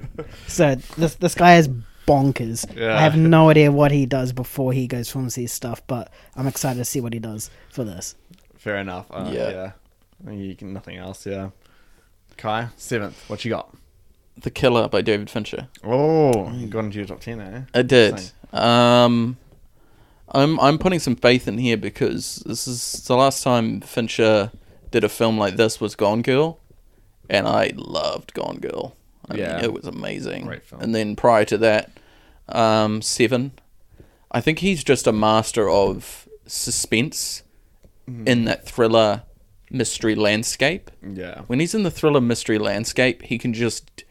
[SPEAKER 2] So this this guy is bonkers.
[SPEAKER 1] Yeah.
[SPEAKER 2] I have no idea what he does before he goes films these stuff, but I'm excited to see what he does for this.
[SPEAKER 1] Fair enough. Uh,
[SPEAKER 3] Yeah.
[SPEAKER 1] yeah. You can, nothing else. Yeah. Kai, seventh. What you got?
[SPEAKER 3] The Killer by David Fincher.
[SPEAKER 1] Oh, you got into your top ten, eh?
[SPEAKER 3] I did.
[SPEAKER 1] Same.
[SPEAKER 3] Um, I'm I'm putting some faith in here because this is the last time Fincher did a film like this was Gone Girl, and I loved Gone Girl. I
[SPEAKER 1] Yeah.
[SPEAKER 3] mean, it was amazing.
[SPEAKER 1] Great film.
[SPEAKER 3] And then prior to that, um, Seven. I think he's just a master of suspense
[SPEAKER 1] Mm-hmm.
[SPEAKER 3] in that thriller mystery landscape
[SPEAKER 1] Yeah.
[SPEAKER 3] when he's in the thriller mystery landscape, he can just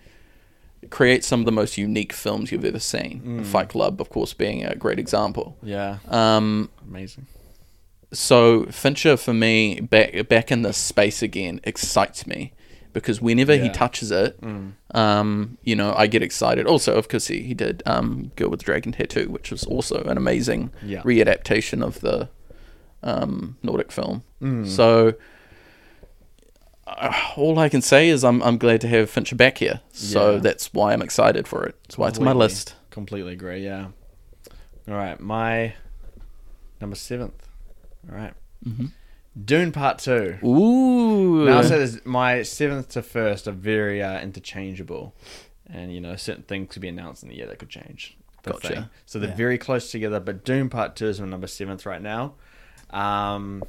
[SPEAKER 3] create some of the most unique films you've ever seen. Fight Club, of course, being a great example.
[SPEAKER 1] Yeah.
[SPEAKER 3] Um,
[SPEAKER 1] Amazing.
[SPEAKER 3] so Fincher, for me, back back in this space again, excites me because whenever he
[SPEAKER 1] Yeah. Mm.
[SPEAKER 3] touches it, um, you know, I get excited. Also, of course, he, he did um, Girl with the Dragon Tattoo, which was also an amazing
[SPEAKER 1] Yeah.
[SPEAKER 3] readaptation of the um, Nordic film.
[SPEAKER 1] Mm.
[SPEAKER 3] So uh, all I can say is I'm I'm glad to have Fincher back here. So
[SPEAKER 1] Yeah.
[SPEAKER 3] that's why I'm excited for it. That's why it's on my
[SPEAKER 1] Completely-
[SPEAKER 3] list.
[SPEAKER 1] Completely agree. Yeah. All right, my number seventh. All right. Dune Part Two.
[SPEAKER 3] Ooh,
[SPEAKER 1] Now, I said this, my seventh to first are very uh, interchangeable, and you know certain things could be announced in the year that could change. The
[SPEAKER 3] Gotcha.
[SPEAKER 1] thing. So they're very close together, but Doom Part Two is my number seventh right now. Um,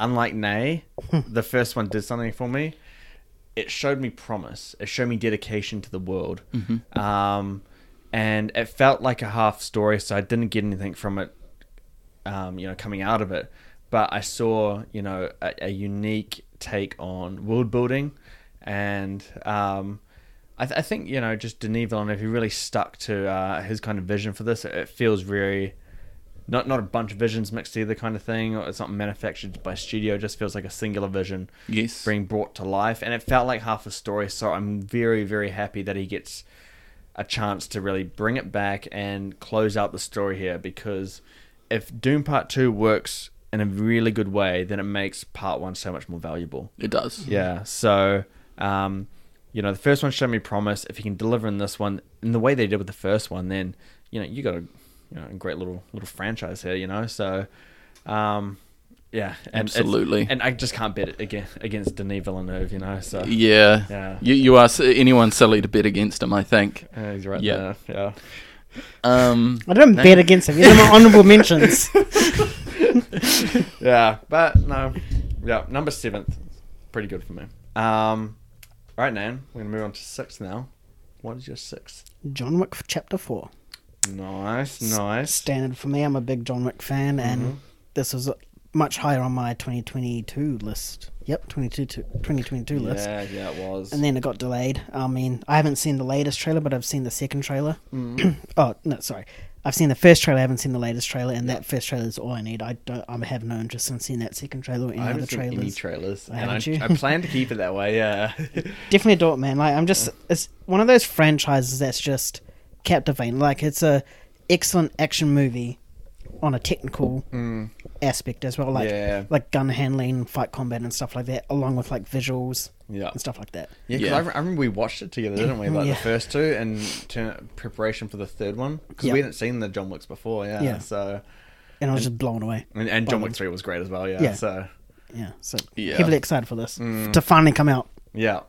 [SPEAKER 1] unlike Nay, the first one did something for me. It showed me promise. It showed me dedication to the world. Um, and it felt like a half story, so I didn't get anything from it um, you know, coming out of it. But I saw, you know, a, a unique take on world building, and um, I, th- I think you know, just Denis Villeneuve, he really stuck to uh, his kind of vision for this. It feels very not not a bunch of visions mixed together kind of thing. Or it's not manufactured by studio. It just feels like a singular vision
[SPEAKER 3] yes,
[SPEAKER 1] being brought to life, and it felt like half a story. So I'm very, very happy that he gets a chance to really bring it back and close out the story here. Because if Doom Part Two works in a really good way, then it makes Part One so much more valuable.
[SPEAKER 3] it does.
[SPEAKER 1] Yeah. So, um, you know, the first one showed me promise. If he can deliver in this one, in the way they did with the first one, then you know you got a you know a great little little franchise here. You know, so um, yeah, and it's-
[SPEAKER 3] Absolutely.
[SPEAKER 1] And I just can't bet it again against Denis Villeneuve. You know, so yeah,
[SPEAKER 3] Yeah.
[SPEAKER 1] Yeah.
[SPEAKER 3] You, you are s- anyone silly to bet against him, I think.
[SPEAKER 1] uh, he's right
[SPEAKER 3] Yeah.
[SPEAKER 1] there. Yeah.
[SPEAKER 3] Um,
[SPEAKER 2] I didn't bet against him. These are my honourable mentions.
[SPEAKER 1] Yeah, but no, yeah, number seventh, pretty good for me. Um, all right, Nan, we're gonna move on to sixth now. What is your sixth?
[SPEAKER 2] John Wick Chapter Four.
[SPEAKER 1] Nice, nice.
[SPEAKER 2] standard for me. I'm a big John Wick fan, and
[SPEAKER 1] Mm-hmm.
[SPEAKER 2] this was much higher on my 2022 list. Yep, 22 to- 2022 list.
[SPEAKER 1] Yeah, yeah, it was.
[SPEAKER 2] And then it got delayed. I mean, I haven't seen the latest trailer, but I've seen the second trailer.
[SPEAKER 1] Mm-hmm.
[SPEAKER 2] oh no, sorry. I've seen the first trailer. I haven't seen the latest trailer, and that first trailer is all I need. I don't. I have no interest in seeing that second trailer or any
[SPEAKER 1] I
[SPEAKER 2] other
[SPEAKER 1] haven't seen
[SPEAKER 2] trailers.
[SPEAKER 1] any trailers, and I,
[SPEAKER 2] haven't you?
[SPEAKER 1] I plan to keep it that way. Yeah,
[SPEAKER 2] definitely do it, man. Like I'm just it's one of those franchises that's just captivating. Like it's a excellent action movie on a technical aspect as well, like
[SPEAKER 1] Mm. Yeah.
[SPEAKER 2] like gun handling, fight combat, and stuff like that, along with like visuals
[SPEAKER 1] yeah,
[SPEAKER 2] and stuff like that.
[SPEAKER 1] yeah. 'cause
[SPEAKER 3] Yeah.
[SPEAKER 1] I, re- I remember we watched it together, didn't we? Like
[SPEAKER 2] Yeah.
[SPEAKER 1] the first two, and to, preparation for the third one because
[SPEAKER 2] Yeah.
[SPEAKER 1] we hadn't seen the John Wicks before. Yeah,
[SPEAKER 2] Yeah.
[SPEAKER 1] so
[SPEAKER 2] And I was just blown away.
[SPEAKER 1] and, and John
[SPEAKER 2] By
[SPEAKER 1] Wick three was great as well. Yeah,
[SPEAKER 2] Yeah.
[SPEAKER 1] so
[SPEAKER 2] Yeah, so
[SPEAKER 3] Yeah.
[SPEAKER 2] heavily excited for this
[SPEAKER 1] Mm.
[SPEAKER 2] to finally come out.
[SPEAKER 1] yeah,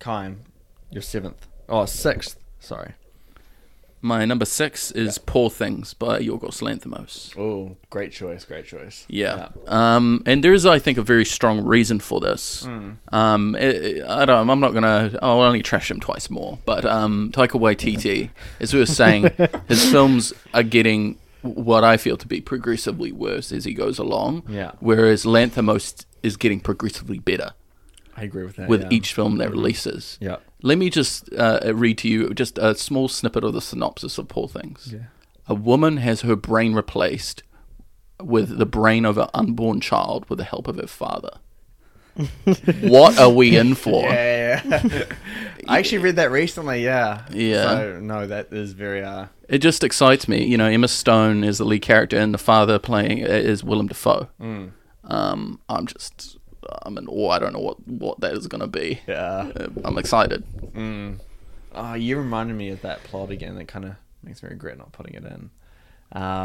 [SPEAKER 1] Kine, your seventh, oh sixth, sorry.
[SPEAKER 3] my number six is Poor Things by Yorgos Lanthimos.
[SPEAKER 1] Oh, great choice, great choice.
[SPEAKER 3] Yeah. Um, and there is, I think, a very strong reason for this.
[SPEAKER 1] Hmm.
[SPEAKER 3] Um, i I I don't. I'm not gonna. I'll only trash him twice more. But um, Taika Waititi, as we were saying, his films are getting what I feel to be progressively worse as he goes along.
[SPEAKER 1] Yeah.
[SPEAKER 3] Whereas Lanthimos is getting progressively better
[SPEAKER 1] I agree with that.
[SPEAKER 3] with
[SPEAKER 1] yeah. Hmm.
[SPEAKER 3] each film that releases.
[SPEAKER 1] Yeah.
[SPEAKER 3] Let me just uh, read to you just a small snippet of the synopsis of Poor Things.
[SPEAKER 1] Yeah.
[SPEAKER 3] A woman has her brain replaced with the brain of her unborn child with the help of her father. what are we in for?
[SPEAKER 1] Yeah, yeah, yeah. I actually read that recently. Yeah,
[SPEAKER 3] Yeah.
[SPEAKER 1] So no, that is very uh,
[SPEAKER 3] It just excites me. You know, Emma Stone is the lead character, and the father playing uh, is Willem Dafoe.
[SPEAKER 1] Mm.
[SPEAKER 3] Um, I'm just, I'm in awe. I don't know what what that is going to be.
[SPEAKER 1] yeah.
[SPEAKER 3] Uh, I'm excited.
[SPEAKER 1] Oh, you reminded me of that plot again. That kind of Makes me regret not putting it in. Um,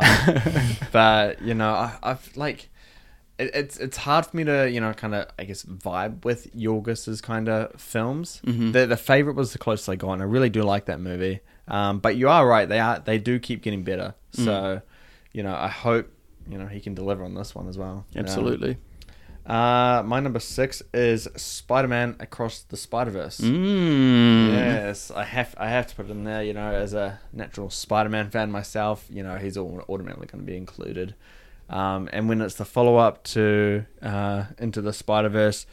[SPEAKER 1] but you know, I, I've like it, it's it's hard for me to you know kind of I guess vibe with Yorgos's kind of films. The the favorite was the closest I got, and I really do like that movie. Um, but you are right; they are they do keep getting better. So you know, I hope you know he can deliver on this one as well. you know?
[SPEAKER 3] Absolutely.
[SPEAKER 1] Uh, my number six is Spider Man Across the Spider Verse.
[SPEAKER 3] Mm.
[SPEAKER 1] Yes, I have I have to put it in there. You know, as a natural Spider-Man fan myself, you know he's all automatically going to be included. Um, and when it's the follow-up to uh, Into the Spider Verse,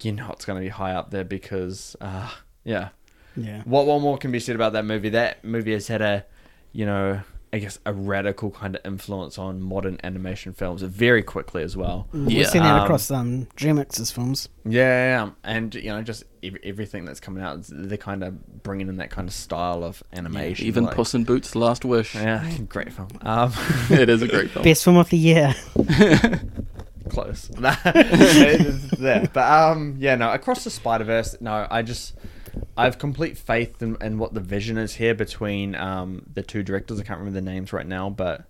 [SPEAKER 1] you know it's going to be high up there because uh, yeah,
[SPEAKER 2] Yeah.
[SPEAKER 1] what what more can be said about that movie? That movie has had a, you know, I guess a radical kind of influence on modern animation films very quickly as well.
[SPEAKER 3] Yeah.
[SPEAKER 2] We've seen that
[SPEAKER 1] Um,
[SPEAKER 2] across um, DreamX's films.
[SPEAKER 1] Yeah, yeah, yeah. and you know, just ev- everything that's coming out, they're kind of bringing in that kind of style of animation.
[SPEAKER 3] Even
[SPEAKER 1] like-
[SPEAKER 3] Puss in Boots' Last Wish.
[SPEAKER 1] Yeah, great film. Um,
[SPEAKER 3] it is a
[SPEAKER 1] Oh.
[SPEAKER 3] great film.
[SPEAKER 2] Best film of the year.
[SPEAKER 1] close. there, but um, yeah, no. Across the Spider Verse, no. I just, I have complete faith in, in what the vision is here between um the two directors. I can't remember the names right now, but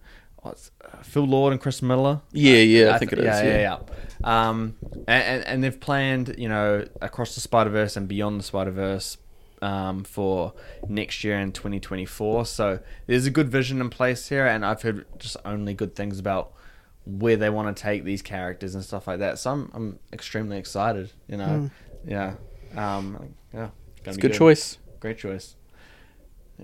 [SPEAKER 1] oh, it's, uh, Phil Lord and Chris Miller.
[SPEAKER 3] Yeah, yeah, I, think it
[SPEAKER 1] th-
[SPEAKER 3] is.
[SPEAKER 1] Yeah, yeah, yeah. Um, and, and, and they've planned, you know, across the Spider Verse and beyond the Spider Verse um, for next year in 2024. So there's a good vision in place here, and I've heard just only good things about where they want to take these characters and stuff like that. So I'm, I'm extremely excited, you know. Yeah. Um, yeah.
[SPEAKER 3] It's a good choice.
[SPEAKER 1] Great choice.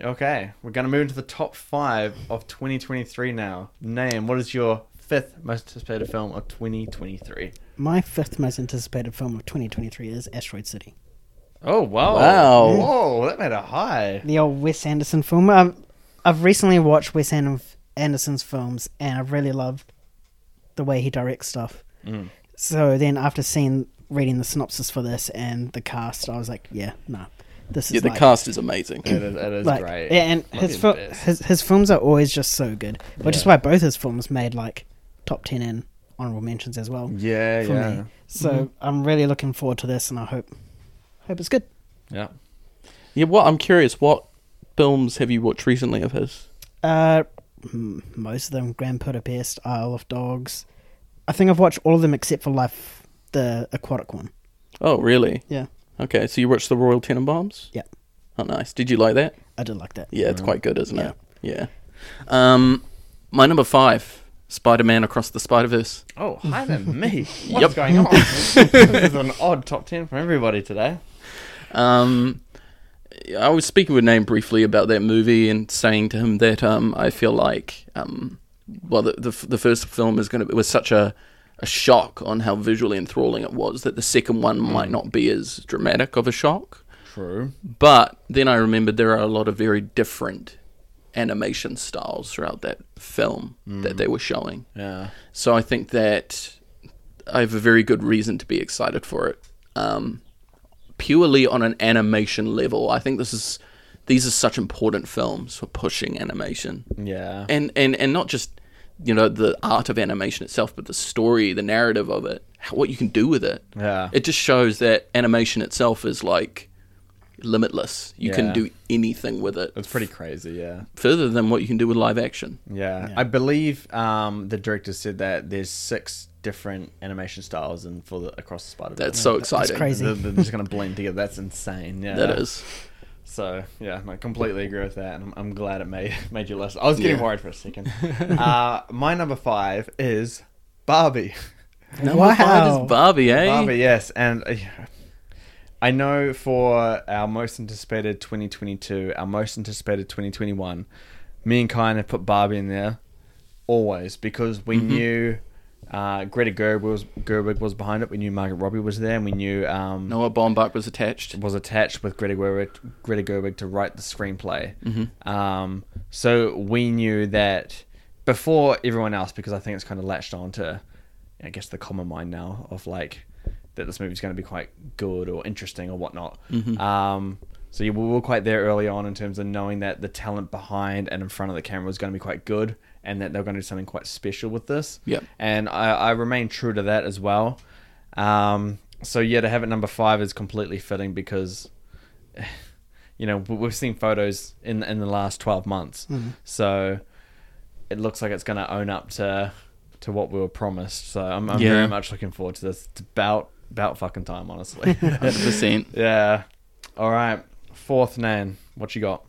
[SPEAKER 1] Okay, we're going to move into the top five of 2023 now. Name, what is your fifth most anticipated film of 2023?
[SPEAKER 2] My fifth most anticipated film of 2023 is Asteroid City.
[SPEAKER 1] Oh, wow.
[SPEAKER 3] Wow.
[SPEAKER 1] Whoa, that made a high.
[SPEAKER 2] The old Wes Anderson film. I've, I've recently watched Wes An- Anderson's films and I really loved the way he directs stuff. Mm. So then after seeing, reading the synopsis for this and the cast, I was like, yeah, nah. This is
[SPEAKER 3] Yeah, the
[SPEAKER 2] like,
[SPEAKER 3] cast is amazing.
[SPEAKER 1] It is, it is
[SPEAKER 2] like,
[SPEAKER 1] great.
[SPEAKER 2] Yeah, and
[SPEAKER 1] Might
[SPEAKER 2] his,
[SPEAKER 1] be the
[SPEAKER 2] fil-
[SPEAKER 1] best.
[SPEAKER 2] his his films are always just so good, which is why both his films made like top ten and honorable mentions as well.
[SPEAKER 1] Yeah,
[SPEAKER 2] for
[SPEAKER 1] Mm. yeah.
[SPEAKER 2] me. So I'm really looking forward to this, and I hope hope it's good.
[SPEAKER 1] Yeah.
[SPEAKER 3] Yeah, what I'm curious, what films have you watched recently of his?
[SPEAKER 2] Uh, m- most of them: Grand Budapest, Isle of Dogs. I think I've watched all of them except for Life, the aquatic one.
[SPEAKER 3] Oh, really?
[SPEAKER 2] Yeah,
[SPEAKER 3] Okay, so you watched the Royal Tenenbaums?
[SPEAKER 2] yeah,
[SPEAKER 3] Oh, nice. Did you like that?
[SPEAKER 2] I did like that.
[SPEAKER 3] Yeah, it's quite good, isn't it? Yeah. Um, my number five, Spider-Man Across the Spider-Verse.
[SPEAKER 1] Oh, higher than me. What's
[SPEAKER 3] Yep.
[SPEAKER 1] going on? this is an odd top 10 from everybody today.
[SPEAKER 3] Um, I was speaking with Name briefly about that movie and saying to him that um, I feel like um, well, the, the f- the first film is going to was such a a shock on how visually enthralling it was that the second one might not be as dramatic of a shock.
[SPEAKER 1] True.
[SPEAKER 3] But then I remembered there are a lot of very different animation styles throughout that film that they were showing.
[SPEAKER 1] Yeah.
[SPEAKER 3] So I think that I have a very good reason to be excited for it. Um, purely on an animation level, I think this is these are such important films for pushing animation,
[SPEAKER 1] Yeah.
[SPEAKER 3] and and and not just you know the art of animation itself, but the story, the narrative of it, how, what you can do with it.
[SPEAKER 1] Yeah.
[SPEAKER 3] It just shows that animation itself is like limitless. You
[SPEAKER 1] Yeah.
[SPEAKER 3] can do anything with it.
[SPEAKER 1] It's pretty crazy, yeah.
[SPEAKER 3] further than what you can do with live action.
[SPEAKER 1] Yeah. I believe um, the director said that there's six different animation styles and for the across the Spider.
[SPEAKER 3] That's so exciting.
[SPEAKER 2] crazy.
[SPEAKER 1] They're, they're just gonna blend together. That's insane. Yeah.
[SPEAKER 3] That is.
[SPEAKER 1] So yeah, I completely agree with that, and I'm, I'm glad it made made you listen. I was getting
[SPEAKER 3] Yeah.
[SPEAKER 1] worried for a second. uh, my number five is Barbie.
[SPEAKER 3] Number five
[SPEAKER 2] Wow.
[SPEAKER 3] is Barbie, eh?
[SPEAKER 1] Barbie, yes, and uh, I know for our most anticipated 2022, our most anticipated 2021, me and Kyan have put Barbie in there always because we knew uh, Greta Gerwig was, Gerwig was behind it. We knew Margaret Robbie was there, and we knew um,
[SPEAKER 3] Noah Baumbach was attached.
[SPEAKER 1] was attached with Greta Gerwig, Greta Gerwig to write the screenplay. Um, so we knew that before everyone else, because I think it's kind of latched on to, I guess, the common mind now of like that this movie's going to be quite good or interesting or whatnot. Um, so yeah, we were quite there early on in terms of knowing that the talent behind and in front of the camera was going to be quite good and that they were going to do something quite special with this.
[SPEAKER 3] Yep.
[SPEAKER 1] And I, I remain true to that as well. Um, so yeah, to have it number five is completely fitting because you know, we- we've seen photos in in the last twelve months,
[SPEAKER 3] Mm-hmm.
[SPEAKER 1] so it looks like it's going to own up to to what we were promised. So I'm, I'm
[SPEAKER 3] Yeah.
[SPEAKER 1] very much looking forward to this. It's about about fucking time, honestly.
[SPEAKER 3] 100%.
[SPEAKER 1] yeah. All right. Fourth Nan, what you got?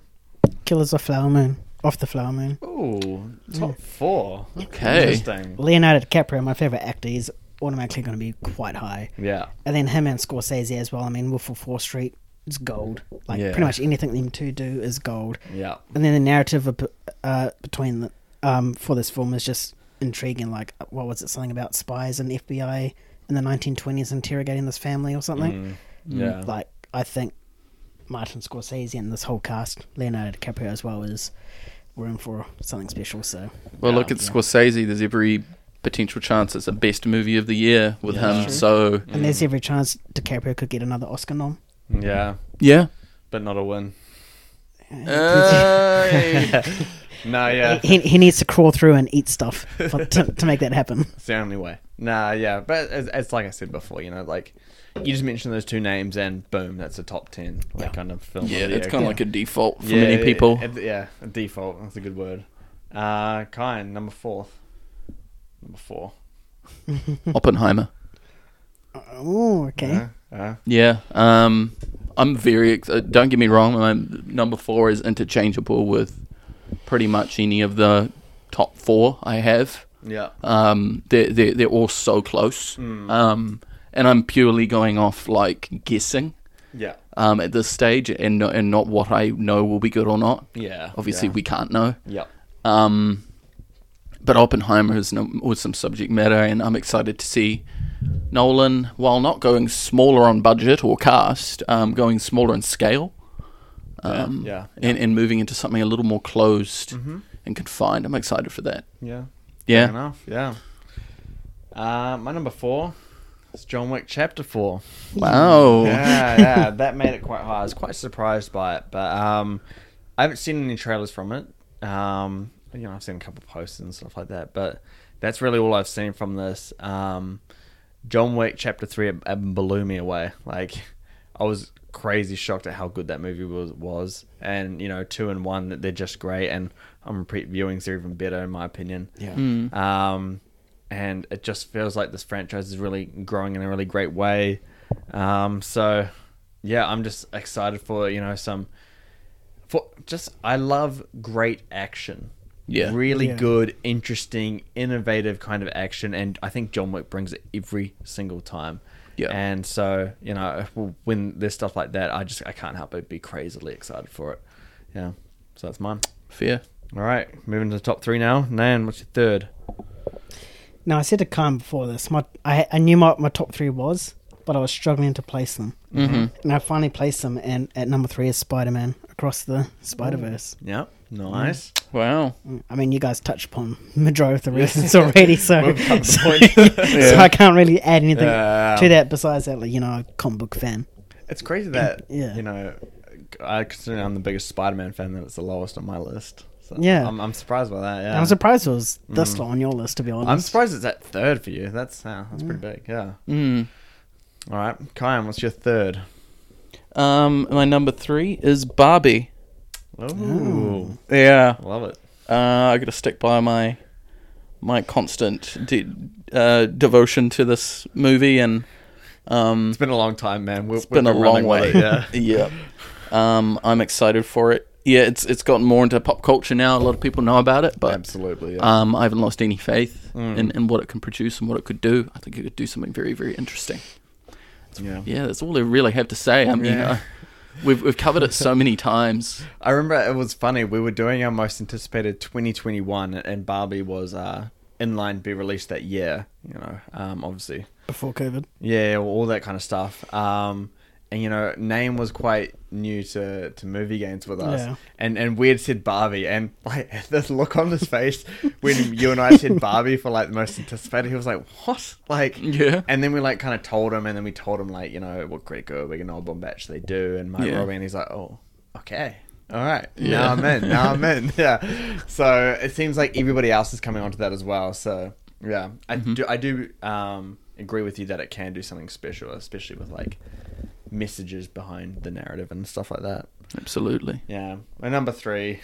[SPEAKER 2] Killers of Flower Moon. Off the Flower Moon.
[SPEAKER 1] Ooh, top four.
[SPEAKER 3] Okay.
[SPEAKER 1] Interesting.
[SPEAKER 2] Leonardo DiCaprio, my favorite actor, is automatically going to be quite high.
[SPEAKER 1] Yeah.
[SPEAKER 2] And then him and Scorsese as well. I mean, Wolf of Wall Street is gold. Like
[SPEAKER 1] Yeah.
[SPEAKER 2] pretty much anything them two do is gold.
[SPEAKER 1] Yeah.
[SPEAKER 2] And then the narrative ab- uh, between the, um, for this film is just intriguing. Like, what was it? Something about spies and FBI in the 1920s interrogating this family or something.
[SPEAKER 3] Mm.
[SPEAKER 1] Yeah.
[SPEAKER 2] Like, I think Martin Scorsese and this whole cast, Leonardo DiCaprio as well, is we're in for something special. So,
[SPEAKER 3] Well, look at Scorsese. There's every potential chance it's the best movie of the year with him. So
[SPEAKER 2] and there's every chance DiCaprio could get another Oscar nom.
[SPEAKER 1] Yeah.
[SPEAKER 3] yeah,
[SPEAKER 1] But not a win.
[SPEAKER 3] Uh,
[SPEAKER 1] No, yeah.
[SPEAKER 2] He, he needs to crawl through and eat stuff for, to, to make that happen.
[SPEAKER 1] It's the only way. Nah, yeah, but it's, it's like I said before, you know, like you just mentioned those two names, and boom, that's a top ten like kind of film.
[SPEAKER 3] yeah,
[SPEAKER 1] of the
[SPEAKER 3] it's
[SPEAKER 1] year.
[SPEAKER 3] kind of like a default for
[SPEAKER 1] Yeah,
[SPEAKER 3] many
[SPEAKER 1] it-
[SPEAKER 3] people.
[SPEAKER 1] it- yeah, a default. That's a good word. Uh, Kyan, number four. Number four.
[SPEAKER 3] Oppenheimer.
[SPEAKER 2] Oh, okay.
[SPEAKER 1] Uh,
[SPEAKER 3] Hmm?
[SPEAKER 1] uh,
[SPEAKER 3] Yeah. Um, I'm very. ex- uh, Don't get me wrong. My number four is interchangeable with pretty much any of the top four I have.
[SPEAKER 1] yeah.
[SPEAKER 3] Um, they're, they're, they're all so close.
[SPEAKER 1] Hmm.
[SPEAKER 3] Um, and I'm purely going off like guessing
[SPEAKER 1] Yeah.
[SPEAKER 3] um, at this stage and, no, and not what I know will be good or not.
[SPEAKER 1] Yeah.
[SPEAKER 3] Obviously,
[SPEAKER 1] yeah.
[SPEAKER 3] we can't know.
[SPEAKER 1] Yep.
[SPEAKER 3] Um, but Oppenheimer is an awesome subject matter, and I'm excited to see Nolan, while not going smaller on budget or cast, um, going smaller in scale um,
[SPEAKER 1] yeah.
[SPEAKER 3] And, and moving into something a little more closed and confined. I'm excited for that.
[SPEAKER 1] Yeah. Fair
[SPEAKER 3] Yeah.
[SPEAKER 1] enough. Yeah. Uh, my number four is John Wick Chapter Four.
[SPEAKER 3] Wow.
[SPEAKER 1] yeah, yeah, that made it quite high. I was quite surprised by it, but um, I haven't seen any trailers from it. Um, you know, I've seen a couple posts and stuff like that, but that's really all I've seen from this. Um, John Wick Chapter Three it, it blew me away. Like, I was crazy shocked at how good that movie was. Was and you know, two and one that they're just great, and I'm pre- viewings are even better in my opinion. Yeah. Um, and it just feels like this franchise is really growing in a really great way. Um, so yeah, I'm just excited for you know some for just I love great action.
[SPEAKER 3] Yeah.
[SPEAKER 1] Really
[SPEAKER 2] Yeah.
[SPEAKER 1] good, interesting, innovative kind of action and I think John Wick brings it every single time.
[SPEAKER 3] Yeah.
[SPEAKER 1] And so, you know, when there's stuff like that, I just I can't help but be crazily excited for it. Yeah. So that's mine.
[SPEAKER 3] Fair.
[SPEAKER 1] All right, moving to the top three now. Nan, what's your third?
[SPEAKER 2] Now I said to Khan before this, my I, I knew my, my top three was, but I was struggling to place them. Mm-hmm. And I finally placed them, and at number three is Spider Man Across the Spider Verse.
[SPEAKER 1] Yep. Nice.
[SPEAKER 3] Wow.
[SPEAKER 2] I mean, you guys touched upon majority of the reasons already, so
[SPEAKER 1] We've come to
[SPEAKER 2] so,
[SPEAKER 1] point.
[SPEAKER 2] so I can't really add anything
[SPEAKER 1] Yeah.
[SPEAKER 2] to that besides that. Like, you know, I'm a comic book fan.
[SPEAKER 1] It's crazy that
[SPEAKER 2] Yeah.
[SPEAKER 1] you know, I consider I'm the biggest Spider-Man fan that it's the lowest on my list. So
[SPEAKER 2] Yeah.
[SPEAKER 1] I'm, I'm surprised by that.
[SPEAKER 2] And
[SPEAKER 1] Yeah, Mm.
[SPEAKER 2] I'm surprised it was this low on your list, to be honest.
[SPEAKER 1] I'm surprised it's at third for you. That's uh, that's pretty big. Yeah.
[SPEAKER 3] Mm.
[SPEAKER 1] All right, Kyan, what's your third?
[SPEAKER 3] Um, my number three is Barbie.
[SPEAKER 1] Ooh,
[SPEAKER 2] Oh.
[SPEAKER 3] Yeah.
[SPEAKER 1] love it.
[SPEAKER 3] Uh, I got to stick by my my constant de- uh, devotion to this movie, and um,
[SPEAKER 1] It's been a long time, man. We're,
[SPEAKER 3] it's been a long way.
[SPEAKER 1] Yeah.
[SPEAKER 3] yeah. Um, I'm excited for it. Yeah, it's it's gotten more into pop culture now. A lot of people know about it, but
[SPEAKER 1] Absolutely. Yeah. Mm.
[SPEAKER 3] um, I haven't lost any faith in, in what it can produce and what it could do. I think it could do something very very interesting.
[SPEAKER 1] yeah.
[SPEAKER 3] Yeah, that's all I really have to say. I mean,
[SPEAKER 1] Yeah.
[SPEAKER 3] uh, we've we've covered it so many times.
[SPEAKER 1] I remember it was funny. We were doing our most anticipated 2021, and Barbie was uh, in line to be released that year. You know, um, obviously
[SPEAKER 2] before COVID.
[SPEAKER 1] Yeah, well, all that kind of stuff. Um, and you know, name was quite new to, to movie games with us,
[SPEAKER 2] Yeah.
[SPEAKER 1] and and we had said Barbie, and like the look on his face when you and I said Barbie for like the most anticipated, he was like, "What?" Like,
[SPEAKER 3] Yeah.
[SPEAKER 1] And then we like kind of told him, and then we told him like, you know, what great girl we can old bomb batch they do, and Mark
[SPEAKER 3] Yeah.
[SPEAKER 1] Robbie, and he's like, "Oh, okay." All right,
[SPEAKER 3] Yeah.
[SPEAKER 1] now I'm in. Now I'm in. Yeah. So it seems like everybody else is coming onto that as well. So yeah,
[SPEAKER 3] Mm-hmm.
[SPEAKER 1] I do. I do um, agree with you that it can do something special, especially with like messages behind the narrative and stuff like that.
[SPEAKER 3] Absolutely.
[SPEAKER 1] Yeah. My number three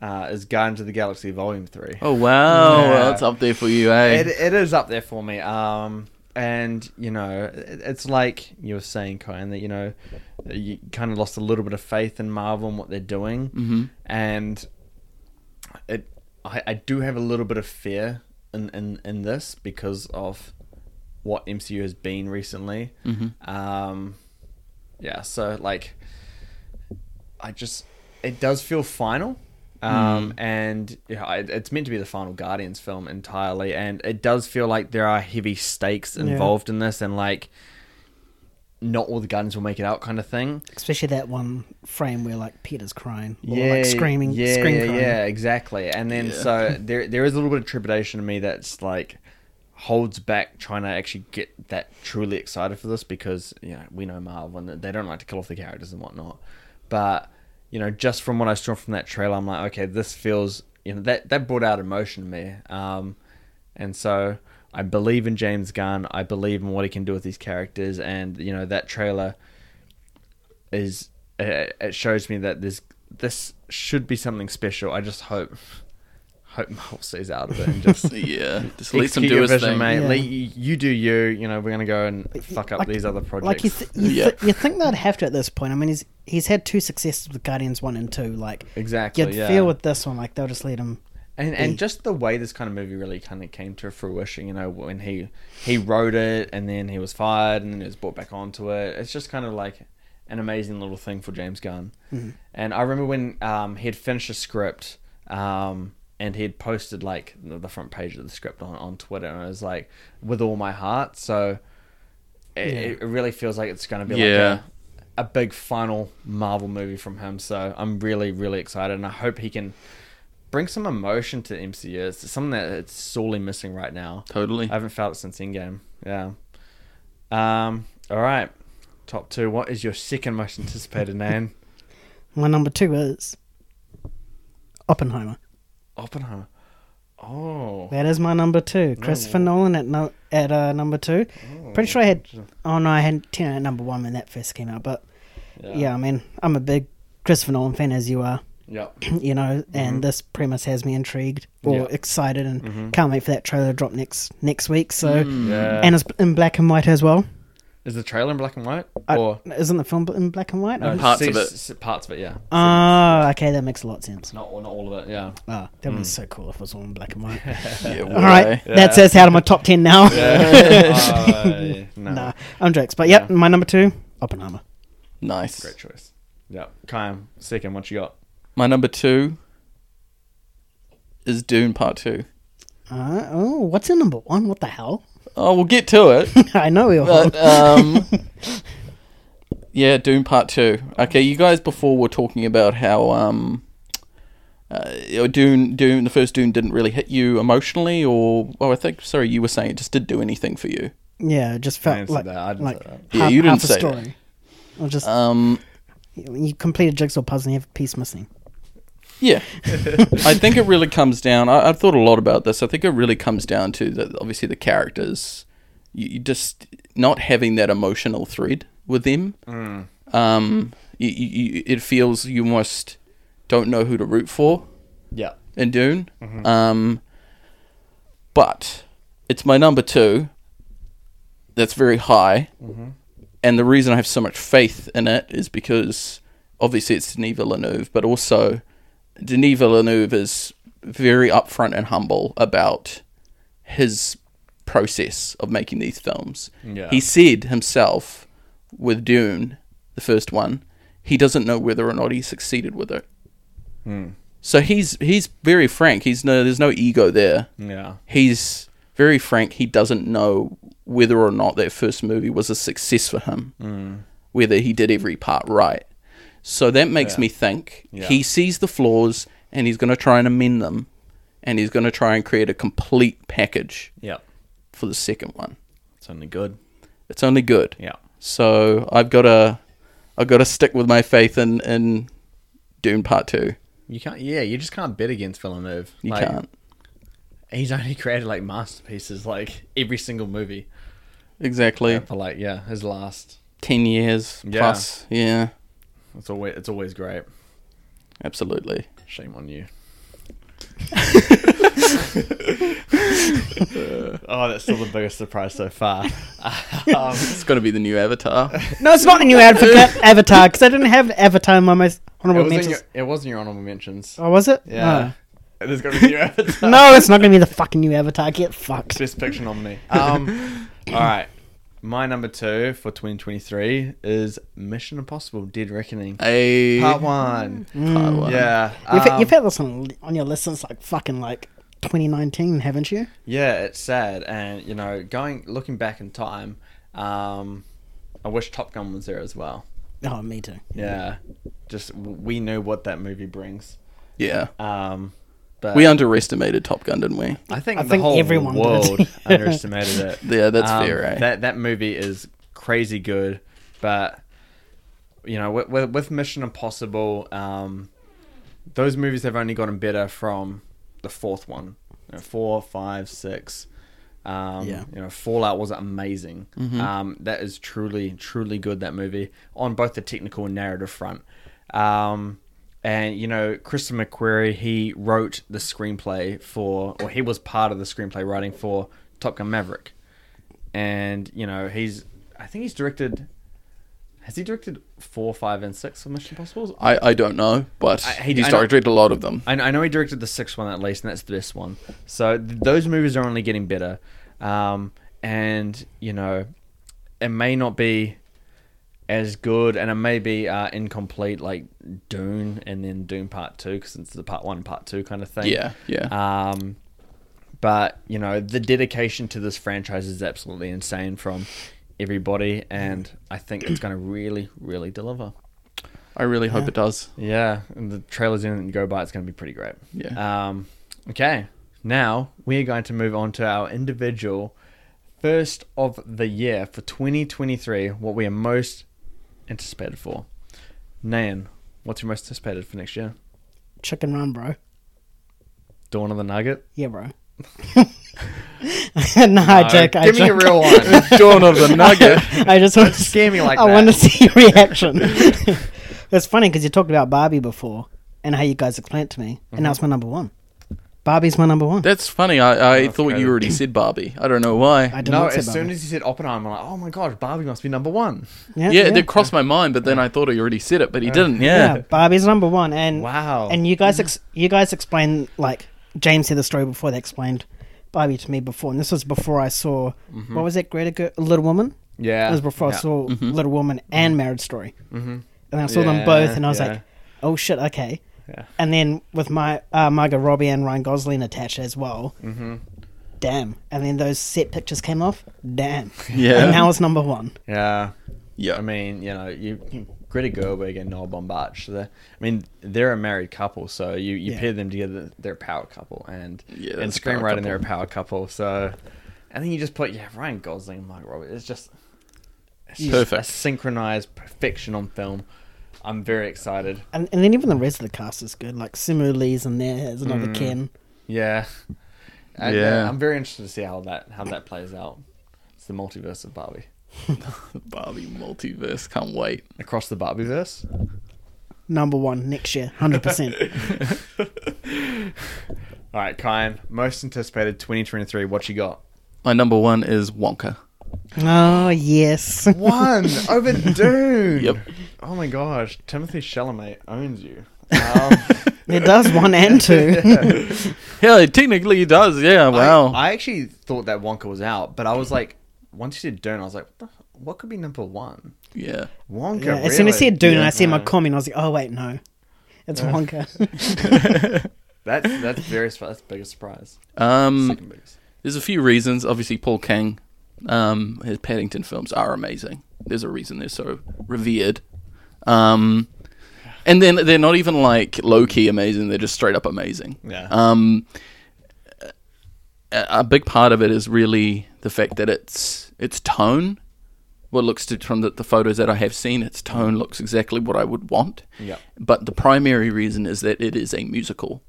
[SPEAKER 1] uh, is Guardians of the Galaxy Volume Three.
[SPEAKER 3] Oh wow,
[SPEAKER 1] Yeah.
[SPEAKER 3] well, that's up there for you, eh?
[SPEAKER 1] It, it is up there for me. Um, and you know, it, it's like you were saying, Kyan, that you know, you kind of lost a little bit of faith in Marvel and what they're doing,
[SPEAKER 3] Mhm.
[SPEAKER 1] and it. I, I do have a little bit of fear in, in, in this because of what MCU has been recently. Um, yeah, so like, I just it does feel final, um, and yeah, it, it's meant to be the final Guardians film entirely, and it does feel like there are heavy stakes involved in this, and like, not all the Guardians will make it out, kind of thing.
[SPEAKER 2] Especially that one frame where like Peter's crying or like screaming,
[SPEAKER 1] yeah,
[SPEAKER 2] scream
[SPEAKER 1] yeah,
[SPEAKER 2] crying.
[SPEAKER 1] yeah, exactly. And then so there there is a little bit of trepidation in me that's like holds back trying to actually get that truly excited for this because you know we know Marvel and they don't like to kill off the characters and whatnot, but you know just from what I saw from that trailer, I'm like, okay, this feels you know that that brought out emotion in me, um, and so. I believe in James Gunn. I believe in what he can do with these characters, and you know that trailer is uh, it shows me that this this should be something special. I just hope hope Marvel stays out of it and just
[SPEAKER 3] Yeah, just let them
[SPEAKER 1] execute
[SPEAKER 3] do
[SPEAKER 1] your
[SPEAKER 3] his
[SPEAKER 1] vision,
[SPEAKER 3] thing.
[SPEAKER 1] mate.
[SPEAKER 2] Yeah.
[SPEAKER 1] Let you, you do you. You know we're gonna go and fuck up
[SPEAKER 2] Like-
[SPEAKER 1] these other projects.
[SPEAKER 2] Like you, th- you,
[SPEAKER 3] Yeah.
[SPEAKER 2] th- you think they'd have to at this point. I mean, he's he's had two successes with Guardians one and two. Like
[SPEAKER 1] exactly.
[SPEAKER 2] you'd
[SPEAKER 1] yeah.
[SPEAKER 2] feel with this one, like they'll just let him.
[SPEAKER 1] and and just the way this kind of movie really kind of came to fruition. You know when he he wrote it and then he was fired and then he was brought back onto it. It's just kind of like an amazing little thing for James Gunn. And I remember when um, he had finished a script um, and he had posted like the the front page of the script on, on Twitter and it was like with all my heart. So it, it really feels like it's going to be
[SPEAKER 3] Yeah.
[SPEAKER 1] like a, a big final Marvel movie from him. So I'm really, really excited, and I hope he can bring some emotion to the MCU. It's something that it's sorely missing right now.
[SPEAKER 3] Totally.
[SPEAKER 1] I haven't felt it since Endgame. Yeah. Um. All right. Top two. What is your second most anticipated name?
[SPEAKER 2] My number two is Oppenheimer.
[SPEAKER 1] Oppenheimer. Oh.
[SPEAKER 2] That is my number two. Christopher Nolan at no, at uh, number two. Pretty sure I had. Oh no, I had Tenet at number one when that first came out. But yeah. I mean, I'm a big Christopher Nolan fan as you are,
[SPEAKER 1] Yep.
[SPEAKER 2] you know. And this premise has me intrigued or
[SPEAKER 1] Mm-hmm. Yeah. Mm-hmm.
[SPEAKER 2] excited, and can't wait for that trailer to drop next next week. So,
[SPEAKER 1] Yeah.
[SPEAKER 2] and it's in black and white as well.
[SPEAKER 1] is the trailer in black and white?
[SPEAKER 2] I-
[SPEAKER 1] Or
[SPEAKER 2] isn't the film in black and white?
[SPEAKER 1] no,
[SPEAKER 2] Oh,
[SPEAKER 3] parts of
[SPEAKER 1] s-
[SPEAKER 3] it.
[SPEAKER 1] s- Parts of it. Yeah.
[SPEAKER 2] okay, that makes a lot of sense.
[SPEAKER 1] Not Mm. not all of it. Yeah.
[SPEAKER 2] Ah, that would be so cool if it was all in black and white.
[SPEAKER 3] yeah,
[SPEAKER 2] all right,
[SPEAKER 1] Yeah.
[SPEAKER 2] that says how to my top ten now.
[SPEAKER 1] Oh, Uh, no.
[SPEAKER 2] nah, I'm jokes. But yep,
[SPEAKER 1] Yeah.
[SPEAKER 2] my number two, Oppenheimer.
[SPEAKER 3] Nice.
[SPEAKER 1] Great choice. Yep. Kyan, second. What you got?
[SPEAKER 3] My number two is Dune Part Two.
[SPEAKER 2] Uh, oh, what's in number one? What the hell?
[SPEAKER 3] Oh, we'll get to it.
[SPEAKER 2] I know we all.
[SPEAKER 3] But um, yeah, Doom Part Two. Okay, you guys before were talking about how um, uh, you know, Doom, Doom, the first Doom didn't really hit you emotionally, or oh, I think sorry, you were saying it just did do anything for you.
[SPEAKER 2] yeah, it just
[SPEAKER 1] I didn't say
[SPEAKER 2] felt like,
[SPEAKER 1] that, I didn't
[SPEAKER 2] like
[SPEAKER 1] say that.
[SPEAKER 3] Yeah,
[SPEAKER 2] half,
[SPEAKER 3] you didn't
[SPEAKER 2] half a
[SPEAKER 3] say that.
[SPEAKER 2] story. Or just
[SPEAKER 3] Um,
[SPEAKER 2] you you complete a jigsaw puzzle and you have a piece missing.
[SPEAKER 3] Yeah, I think it really comes down. I, I've thought a lot about this. I think it really comes down to the, obviously the characters. You, you just not having that emotional thread with them. Um, you, you, you- it feels you almost don't know who to root for
[SPEAKER 1] Yeah.
[SPEAKER 3] in Dune. Um, but it's my number two. That's very high, and the reason I have so much faith in it is because obviously it's Denis Villeneuve, but also Denis Villeneuve is very upfront and humble about his process of making these films.
[SPEAKER 1] Yeah.
[SPEAKER 3] He said himself with Dune, the first one, he doesn't know whether or not he succeeded with it. So he's he's very frank. He's no there's no ego there.
[SPEAKER 1] Yeah.
[SPEAKER 3] He's very frank. He doesn't know whether or not that first movie was a success for him. Whether he did every part right. So that makes me think
[SPEAKER 1] Yeah.
[SPEAKER 3] he sees the flaws and he's going to try and amend them and he's going to try and create a complete package
[SPEAKER 1] Yeah.
[SPEAKER 3] for the second one.
[SPEAKER 1] It's only good.
[SPEAKER 3] It's only good.
[SPEAKER 1] Yeah.
[SPEAKER 3] So I've got to I've got to stick with my faith in in Dune Part 2.
[SPEAKER 1] You can't. Yeah, you just can't bet against Villeneuve.
[SPEAKER 3] You
[SPEAKER 1] Like,
[SPEAKER 3] can't.
[SPEAKER 1] He's only created like masterpieces, like every single movie
[SPEAKER 3] Exactly.
[SPEAKER 1] for like yeah his last
[SPEAKER 3] ten years
[SPEAKER 1] Yeah.
[SPEAKER 3] plus. Yeah,
[SPEAKER 1] It's always it's always great.
[SPEAKER 3] absolutely.
[SPEAKER 1] Shame on you. oh, that's still the biggest surprise so far. Um,
[SPEAKER 3] It's got to be the new Avatar.
[SPEAKER 2] No, it's not the new advocate, Avatar because I didn't have Avatar in my most
[SPEAKER 1] it,
[SPEAKER 2] honorable
[SPEAKER 1] was in
[SPEAKER 2] mentions.
[SPEAKER 1] your, it was in your honorable mentions.
[SPEAKER 2] Oh, was it?
[SPEAKER 1] Yeah. There's going to be your
[SPEAKER 2] Oh.
[SPEAKER 1] Avatar.
[SPEAKER 2] No, it's not going to be the fucking new Avatar. Get fucked.
[SPEAKER 1] Best Picture nominee. Um, all right. My number two for 2023 is Mission Impossible Dead Reckoning.
[SPEAKER 3] A
[SPEAKER 1] Part one.
[SPEAKER 3] Oh, Part one.
[SPEAKER 1] Yeah.
[SPEAKER 2] You've,
[SPEAKER 1] um,
[SPEAKER 2] you've had this on, on your list since like fucking like 2019, haven't you?
[SPEAKER 1] yeah, it's sad. And, you know, going looking back in time, um, I wish Top Gun was there as well.
[SPEAKER 2] Oh, me too.
[SPEAKER 1] Yeah. Just, w- we know what that movie brings.
[SPEAKER 3] Yeah,
[SPEAKER 1] Um, but
[SPEAKER 3] we underestimated Top Gun, didn't we?
[SPEAKER 1] I think
[SPEAKER 2] I
[SPEAKER 1] the
[SPEAKER 2] think
[SPEAKER 1] whole
[SPEAKER 2] everyone did.
[SPEAKER 1] world underestimated it. Um,
[SPEAKER 3] Yeah, that's fair, eh?
[SPEAKER 1] That that movie is crazy good, but you know, with, with, with Mission Impossible, um, those movies have only gotten better from the fourth one. You know, four, five, six. Um,
[SPEAKER 2] Yeah.
[SPEAKER 1] You know, Fallout was amazing. Um, that is truly, truly good. That movie on both the technical and narrative front. Um, and you know, Christopher McQuarrie, he wrote the screenplay for, or he was part of the screenplay writing for Top Gun Maverick. And you know, he's, I think he's directed. Has he directed four, five, and six for Mission Impossible?
[SPEAKER 3] I, I don't know, but
[SPEAKER 1] I- he-
[SPEAKER 3] he's
[SPEAKER 1] I know-
[SPEAKER 3] directed a lot of them.
[SPEAKER 1] I, I know he directed the sixth one at least, and that's the best one. So th- those movies are only getting better, um, and you know, it may not be as good, and it may be uh, incomplete, like Dune, and then Dune Part Two, because it's the Part One, and Part Two kind of thing.
[SPEAKER 3] Yeah, yeah.
[SPEAKER 1] Um, but you know, the dedication to this franchise is absolutely insane from everybody, and I think it's going to really, really deliver.
[SPEAKER 3] I really hope it does.
[SPEAKER 1] Yeah, and the trailers in and go by. It's going to be pretty great.
[SPEAKER 3] Yeah.
[SPEAKER 1] Um, okay, now we're going to move on to our individual first of the year for 2023. What we are most anticipated for. Nan, what's your most anticipated for next year?
[SPEAKER 2] Chicken Run, bro.
[SPEAKER 1] Dawn of the Nugget.
[SPEAKER 2] Yeah, bro. nah, I joke. I
[SPEAKER 1] Give me
[SPEAKER 2] joke.
[SPEAKER 1] a real one.
[SPEAKER 3] Dawn of the Nugget.
[SPEAKER 2] I just want to
[SPEAKER 1] scare me like
[SPEAKER 2] I
[SPEAKER 1] that.
[SPEAKER 2] want to see your reaction. it's funny because you talked about Barbie before and how you guys explained it to me,
[SPEAKER 1] Mm-hmm.
[SPEAKER 2] and now it's my number one. Barbie's my number one.
[SPEAKER 3] That's funny. I, I
[SPEAKER 1] That's
[SPEAKER 3] thought
[SPEAKER 1] crazy.
[SPEAKER 3] you already said Barbie. I don't know why.
[SPEAKER 2] I did
[SPEAKER 1] No,
[SPEAKER 2] not say
[SPEAKER 1] as soon
[SPEAKER 2] Barbie.
[SPEAKER 1] as you said Oppenheimer, I'm like, oh my god, Barbie must be number one.
[SPEAKER 2] yeah,
[SPEAKER 3] yeah, that crossed my mind, but then I thought he already said it, but he didn't. Yeah.
[SPEAKER 2] yeah, Barbie's number one, and
[SPEAKER 1] Wow.
[SPEAKER 2] and you guys ex- you guys explained like James said the story before they explained Barbie to me before, and this was before I saw what was that Greta Ger- Little Woman.
[SPEAKER 1] Mm-hmm. Yeah,
[SPEAKER 2] It was before
[SPEAKER 1] Yeah. Mm-hmm.
[SPEAKER 2] I saw Little Woman and Marriage Story, mm-hmm. and I saw them
[SPEAKER 1] Yeah,
[SPEAKER 2] both, and I was like,
[SPEAKER 1] yeah.
[SPEAKER 2] "Oh shit, okay."
[SPEAKER 1] Yeah.
[SPEAKER 2] And then with my uh, Margot Robbie and Ryan Gosling attached as well, mm-hmm. damn. And then those set pictures came off, damn.
[SPEAKER 3] Yeah.
[SPEAKER 2] And now it's number one.
[SPEAKER 1] Yeah.
[SPEAKER 3] Yeah.
[SPEAKER 1] I mean, you know, you Greta Gerwig and Noah Bombach. so they're- I mean, they're a married couple, so you, you
[SPEAKER 2] Yeah.
[SPEAKER 1] pair them together, they're a power couple, and
[SPEAKER 3] Yeah,
[SPEAKER 1] in
[SPEAKER 3] that's a power
[SPEAKER 1] screenwriting, they're a
[SPEAKER 3] couple.
[SPEAKER 1] power couple. So, and then you just put yeah, Ryan Gosling, and Mark Robbie. It's just it's just
[SPEAKER 3] Perfect.
[SPEAKER 1] a synchronized perfection on film. I'm very excited.
[SPEAKER 2] And, and then even the rest of the cast is good. Like Simu Lee's in there as another
[SPEAKER 1] Mm.
[SPEAKER 2] Ken.
[SPEAKER 1] Yeah, And, uh,
[SPEAKER 3] Yeah.
[SPEAKER 1] I'm very interested to see how that how that plays out. It's the multiverse of Barbie
[SPEAKER 3] Barbie multiverse. Can't wait.
[SPEAKER 1] across the Barbieverse.
[SPEAKER 2] Number one next year, hundred percent.
[SPEAKER 1] All right, Kyan, most anticipated 2023. What you got?
[SPEAKER 3] My number one is Wonka.
[SPEAKER 2] Oh yes.
[SPEAKER 1] One over Dune.
[SPEAKER 3] Yep.
[SPEAKER 1] Oh my gosh, Timothy Chalamet owns you. Um,
[SPEAKER 2] It does one and two.
[SPEAKER 3] Yeah, it technically does. Yeah, wow.
[SPEAKER 1] I, I actually thought that Wonka was out, but I was like, once you said Dune, I was like, what, the, f- what could be number one?
[SPEAKER 3] yeah.
[SPEAKER 1] Wonka.
[SPEAKER 2] Yeah, As soon as I
[SPEAKER 1] really?
[SPEAKER 2] said Dune and I
[SPEAKER 1] Yeah.
[SPEAKER 2] see my
[SPEAKER 1] Yeah.
[SPEAKER 2] comment, I was like, oh wait, no. It's Wonka.
[SPEAKER 1] That's that's very sp- that's the biggest surprise.
[SPEAKER 3] Um,
[SPEAKER 1] Second biggest.
[SPEAKER 3] there's a few reasons. Obviously, Paul King, um, his Paddington films are amazing. There's a reason they're so revered. Um, and then they're not even like low key amazing. They're just straight up amazing.
[SPEAKER 1] Yeah.
[SPEAKER 3] Um, a, a big part of it is really the fact that it's its tone. What looks to from the, the photos that I have seen, its tone looks exactly what I would want.
[SPEAKER 1] Yeah.
[SPEAKER 3] But the primary reason is that it is a musical.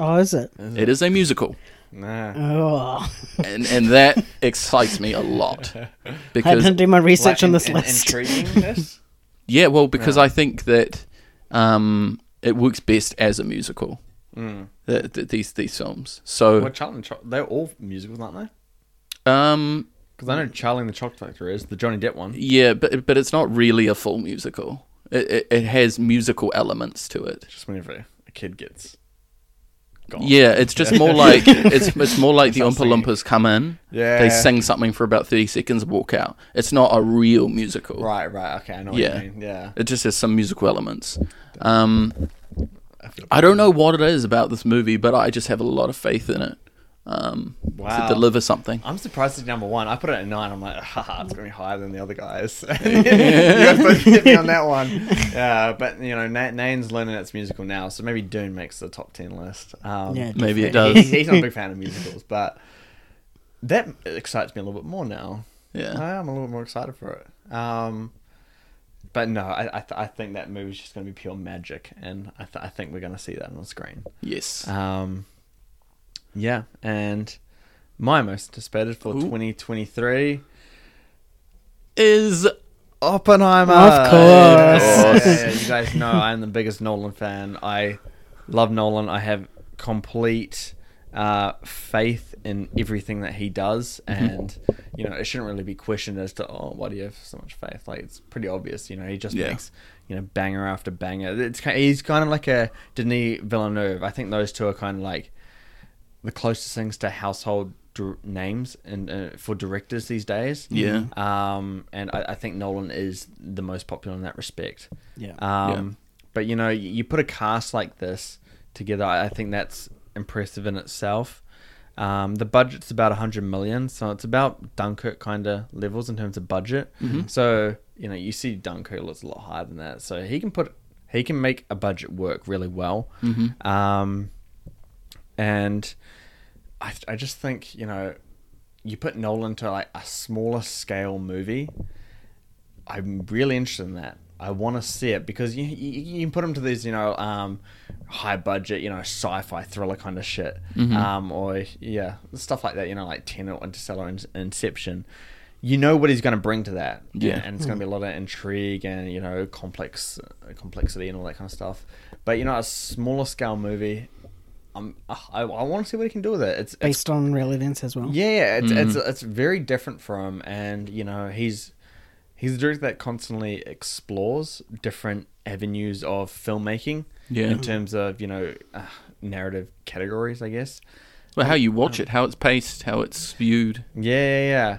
[SPEAKER 2] oh, is it?
[SPEAKER 3] it is a musical.
[SPEAKER 1] Nah.
[SPEAKER 2] Oh,
[SPEAKER 3] and and that excites me a lot
[SPEAKER 2] I
[SPEAKER 3] because
[SPEAKER 2] didn't do my research on
[SPEAKER 1] in-
[SPEAKER 2] this
[SPEAKER 1] in-
[SPEAKER 2] list.
[SPEAKER 1] Intriguingness?
[SPEAKER 3] yeah, well, because I think that um, it works best as a musical.
[SPEAKER 1] Mm.
[SPEAKER 3] th- th- these these films. So
[SPEAKER 1] Well, Charlie and the Choc- they're all musicals, aren't they?
[SPEAKER 3] um,
[SPEAKER 1] Because I know Charlie and the Chocolate Factory is the Johnny Depp one.
[SPEAKER 3] yeah, but but it's not really a full musical. It it, it has musical elements to it.
[SPEAKER 1] Just whenever a kid gets gone.
[SPEAKER 3] Yeah, it's just more like it's it's more like the
[SPEAKER 1] Stop
[SPEAKER 3] Oompa
[SPEAKER 1] singing.
[SPEAKER 3] Loompas come in.
[SPEAKER 1] Yeah.
[SPEAKER 3] they sing something for about thirty seconds, walk out. It's not a real musical.
[SPEAKER 1] Right, right. Okay, I know
[SPEAKER 3] Yeah.
[SPEAKER 1] what you mean. Yeah.
[SPEAKER 3] It just has some musical elements. Um, I don't know what it is about this movie, but I just have a lot of faith in it um,
[SPEAKER 1] Wow.
[SPEAKER 3] to deliver something.
[SPEAKER 1] I'm surprised it's number one. I put it at nine. I'm like, haha, it's gonna be higher than the other guys. you guys both hit me on that one. Yeah, but you know, Na- Nane's learning it's musical now, so maybe Dune makes the top ten list. Um,
[SPEAKER 2] yeah.
[SPEAKER 3] Maybe it
[SPEAKER 1] he-
[SPEAKER 3] does.
[SPEAKER 1] he's, not a big fan of musicals, but that excites me a little bit more now.
[SPEAKER 3] Yeah.
[SPEAKER 1] I am a little more excited for it. Um, but no, I I, th- I think that movie's just gonna be pure magic, and I, th- I think we're gonna see that on the screen.
[SPEAKER 3] Yes.
[SPEAKER 1] Um, yeah, and my most anticipated for
[SPEAKER 3] Ooh.
[SPEAKER 1] 2023
[SPEAKER 3] Is
[SPEAKER 1] Oppenheimer.
[SPEAKER 2] Of course.
[SPEAKER 1] Yeah, yeah, yeah. you guys know I'm the biggest Nolan fan. I love Nolan. I have complete uh, faith in everything that he does, and you know it shouldn't really be questioned as to oh, why do you have so much faith? Like it's pretty obvious. You know, he just
[SPEAKER 3] Yeah.
[SPEAKER 1] makes you know banger after banger. It's kind he's kind of like a Denis Villeneuve. I think those two are kind of like the closest things to household dir- names and uh, for directors these days.
[SPEAKER 3] Yeah.
[SPEAKER 1] Um, and I, I think Nolan is the most popular in that respect.
[SPEAKER 2] Yeah.
[SPEAKER 1] Um, But you know, y- you put a cast like this together, I I think that's impressive in itself. Um, the budget's about 100 million, so it's about Dunkirk kind of levels in terms of budget. So you know, you see Dunkirk looks a lot higher than that. So he can put he can make a budget work really well. Um, and I, I just think you know you put Nolan to like a smaller scale movie. I'm really interested in that. I want to see it because you, you you can put them to these you know um, high budget you know sci-fi thriller kind of shit um, or yeah stuff like that you know like Tenet, Interstellar, In- Inception. You know what he's going to bring to that,
[SPEAKER 3] Yeah.
[SPEAKER 1] and it's going to be a lot of intrigue and you know complex complexity and all that kind of stuff. But you know, a smaller scale movie, I'm, I I want to see what he can do with it. It's it's
[SPEAKER 2] Based on real events as well.
[SPEAKER 1] yeah, yeah, it's it's it's very different from, and you know he's he's a director that constantly explores different avenues of filmmaking.
[SPEAKER 3] Yeah.
[SPEAKER 1] In terms of you know uh, narrative categories, I guess.
[SPEAKER 3] Well, how you watch it, how it's paced, how it's viewed.
[SPEAKER 1] Yeah,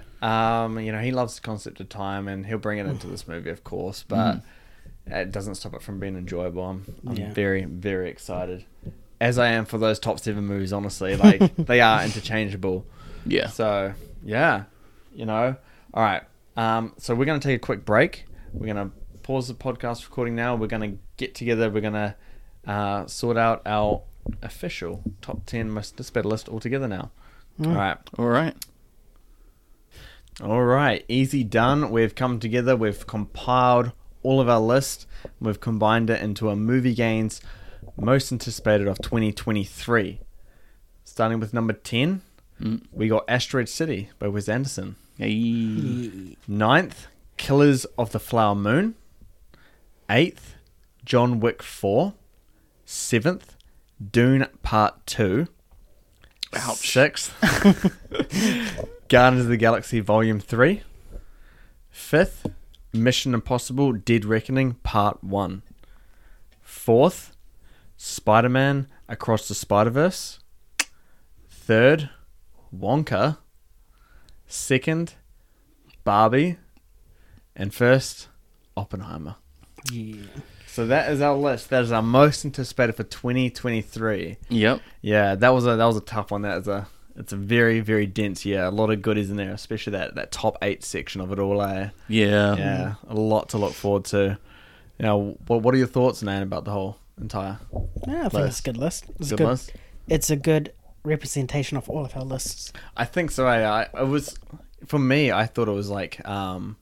[SPEAKER 1] yeah, yeah. Um, you know he loves the concept of time, and he'll bring it into this movie, of course, but it doesn't stop it from being enjoyable. I'm, I'm
[SPEAKER 2] Yeah.
[SPEAKER 1] very very excited, as I am for those top seven movies. Honestly, like they are interchangeable.
[SPEAKER 3] Yeah.
[SPEAKER 1] So yeah, you know. All right. Um, so we're gonna take a quick break. We're gonna pause the podcast recording now. We're gonna get together. We're gonna uh, sort out our official top ten most anticipated list all together now. All right.
[SPEAKER 3] All right.
[SPEAKER 1] All right, easy done. We've come together, we've compiled all of our list, we've combined it into a movie gains most anticipated of 2023. Starting with number 10, we got Asteroid City by Wes Anderson.
[SPEAKER 3] Hey.
[SPEAKER 1] Ninth, Killers of the Flower Moon. Eighth, John Wick 4. Seventh, Dune Part 2.
[SPEAKER 3] Ouch.
[SPEAKER 1] Sixth, Guardians of the Galaxy Volume 3. Fifth, Mission Impossible Dead Reckoning Part 1. Fourth, Spider Man Across the Spider Verse. Third, Wonka. Second, Barbie. And first, Oppenheimer.
[SPEAKER 2] Yeah.
[SPEAKER 1] So that is our list. That is our most anticipated for 2023.
[SPEAKER 3] Yep.
[SPEAKER 1] Yeah, that was a that was a tough one. That is a it's a very very dense year. A lot of goodies in there, especially that that top eight section of it all. Eh?
[SPEAKER 3] Yeah.
[SPEAKER 1] Yeah, a lot to look forward to. Now, what what are your thoughts, Nan, about the whole entire
[SPEAKER 2] Yeah, I think it's a good list. It's a
[SPEAKER 1] good
[SPEAKER 2] good.
[SPEAKER 1] list?
[SPEAKER 2] It's a good representation of all of our lists.
[SPEAKER 1] I think so. I, I it was for me. I thought it was like um,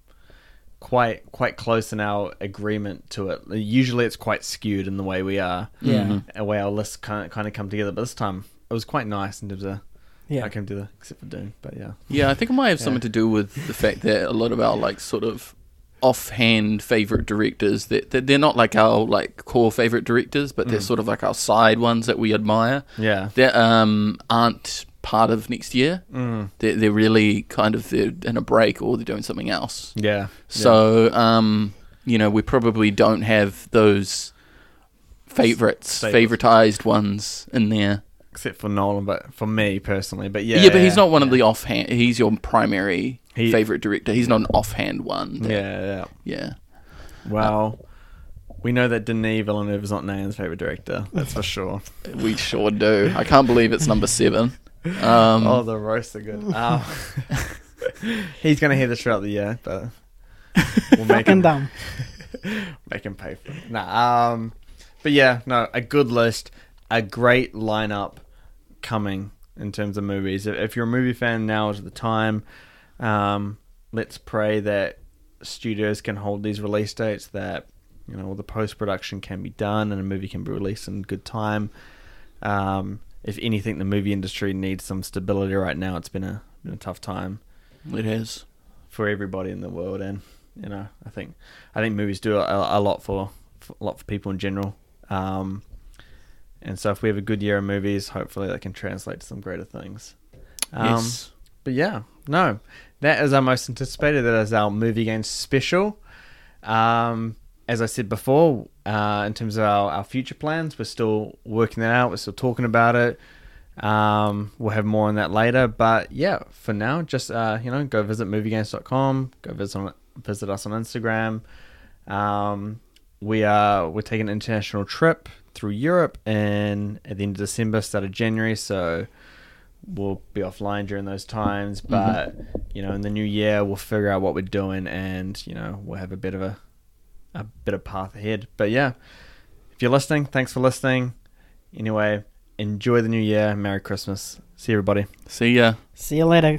[SPEAKER 1] quite quite close in our agreement to it. Usually, it's quite skewed in the way we are.
[SPEAKER 2] Yeah. Mhm.
[SPEAKER 3] Mm-hmm.
[SPEAKER 1] the way our lists kind of, kind of come together. But this time, it was quite nice in terms of
[SPEAKER 2] Yeah.
[SPEAKER 1] I can do that except for Dune, but yeah.
[SPEAKER 3] Yeah, I think it might have something to do with the fact that a lot of our like sort of offhand favorite directors that that they're not like our like core favorite directors, but they're sort of like our side ones that we admire.
[SPEAKER 1] Yeah.
[SPEAKER 3] that um aren't part of next year. Mm. They're, they're really kind of they're in a break or they're doing something else.
[SPEAKER 1] Yeah.
[SPEAKER 3] So, um, you know, we probably don't have those favorites,
[SPEAKER 1] Favorites.
[SPEAKER 3] favoritized ones in there.
[SPEAKER 1] Except for Nolan, but for me personally. But yeah.
[SPEAKER 3] Yeah, but he's not one of the offhand. He's your primary
[SPEAKER 1] He-
[SPEAKER 3] favorite director. He's not an offhand one. that-
[SPEAKER 1] Yeah, yeah.
[SPEAKER 3] yeah.
[SPEAKER 1] Well, we know that Denis Villeneuve is not Nan's favorite director. That's for sure.
[SPEAKER 3] we sure do. I can't believe it's number seven. Um,
[SPEAKER 1] oh, the roasts are good. Um, he's going to hear this throughout the year, but we'll make him,
[SPEAKER 2] Fucking dumb.
[SPEAKER 1] make him pay for it. Nah, um, but yeah, no, a good list, a great lineup coming in terms of movies. If, if you're a movie fan, now is the time. Um, let's pray that studios can hold these release dates, that you know all the post production can be done, and a movie can be released in good time. Um, if anything, the movie industry needs some stability right now. It's been a been a tough time
[SPEAKER 3] it is.
[SPEAKER 1] for everybody in the world, and you know, I think I think movies do a, a lot for, for a lot for people in general. Um, and so, if we have a good year of movies, hopefully that can translate to some greater things. Um,
[SPEAKER 3] yes.
[SPEAKER 1] But yeah, no, that is our most anticipated. That is our movie game special. Um, as I said before, uh, in terms of our, our future plans, we're still working that out. We're still talking about it. Um, we'll have more on that later. But yeah, for now, just uh, you know, go visit moviegames.com. Go visit on, visit us on Instagram. Um, we are we're taking an international trip through Europe, and at the end of December, start of January. So we'll be offline during those times. But you know, in the new year, we'll figure out what we're doing, and you know, we'll have a bit of a a bit of path ahead. But yeah, if you're listening, thanks for listening. Anyway, enjoy the new year. Merry Christmas. See everybody.
[SPEAKER 3] See ya.
[SPEAKER 2] See you later.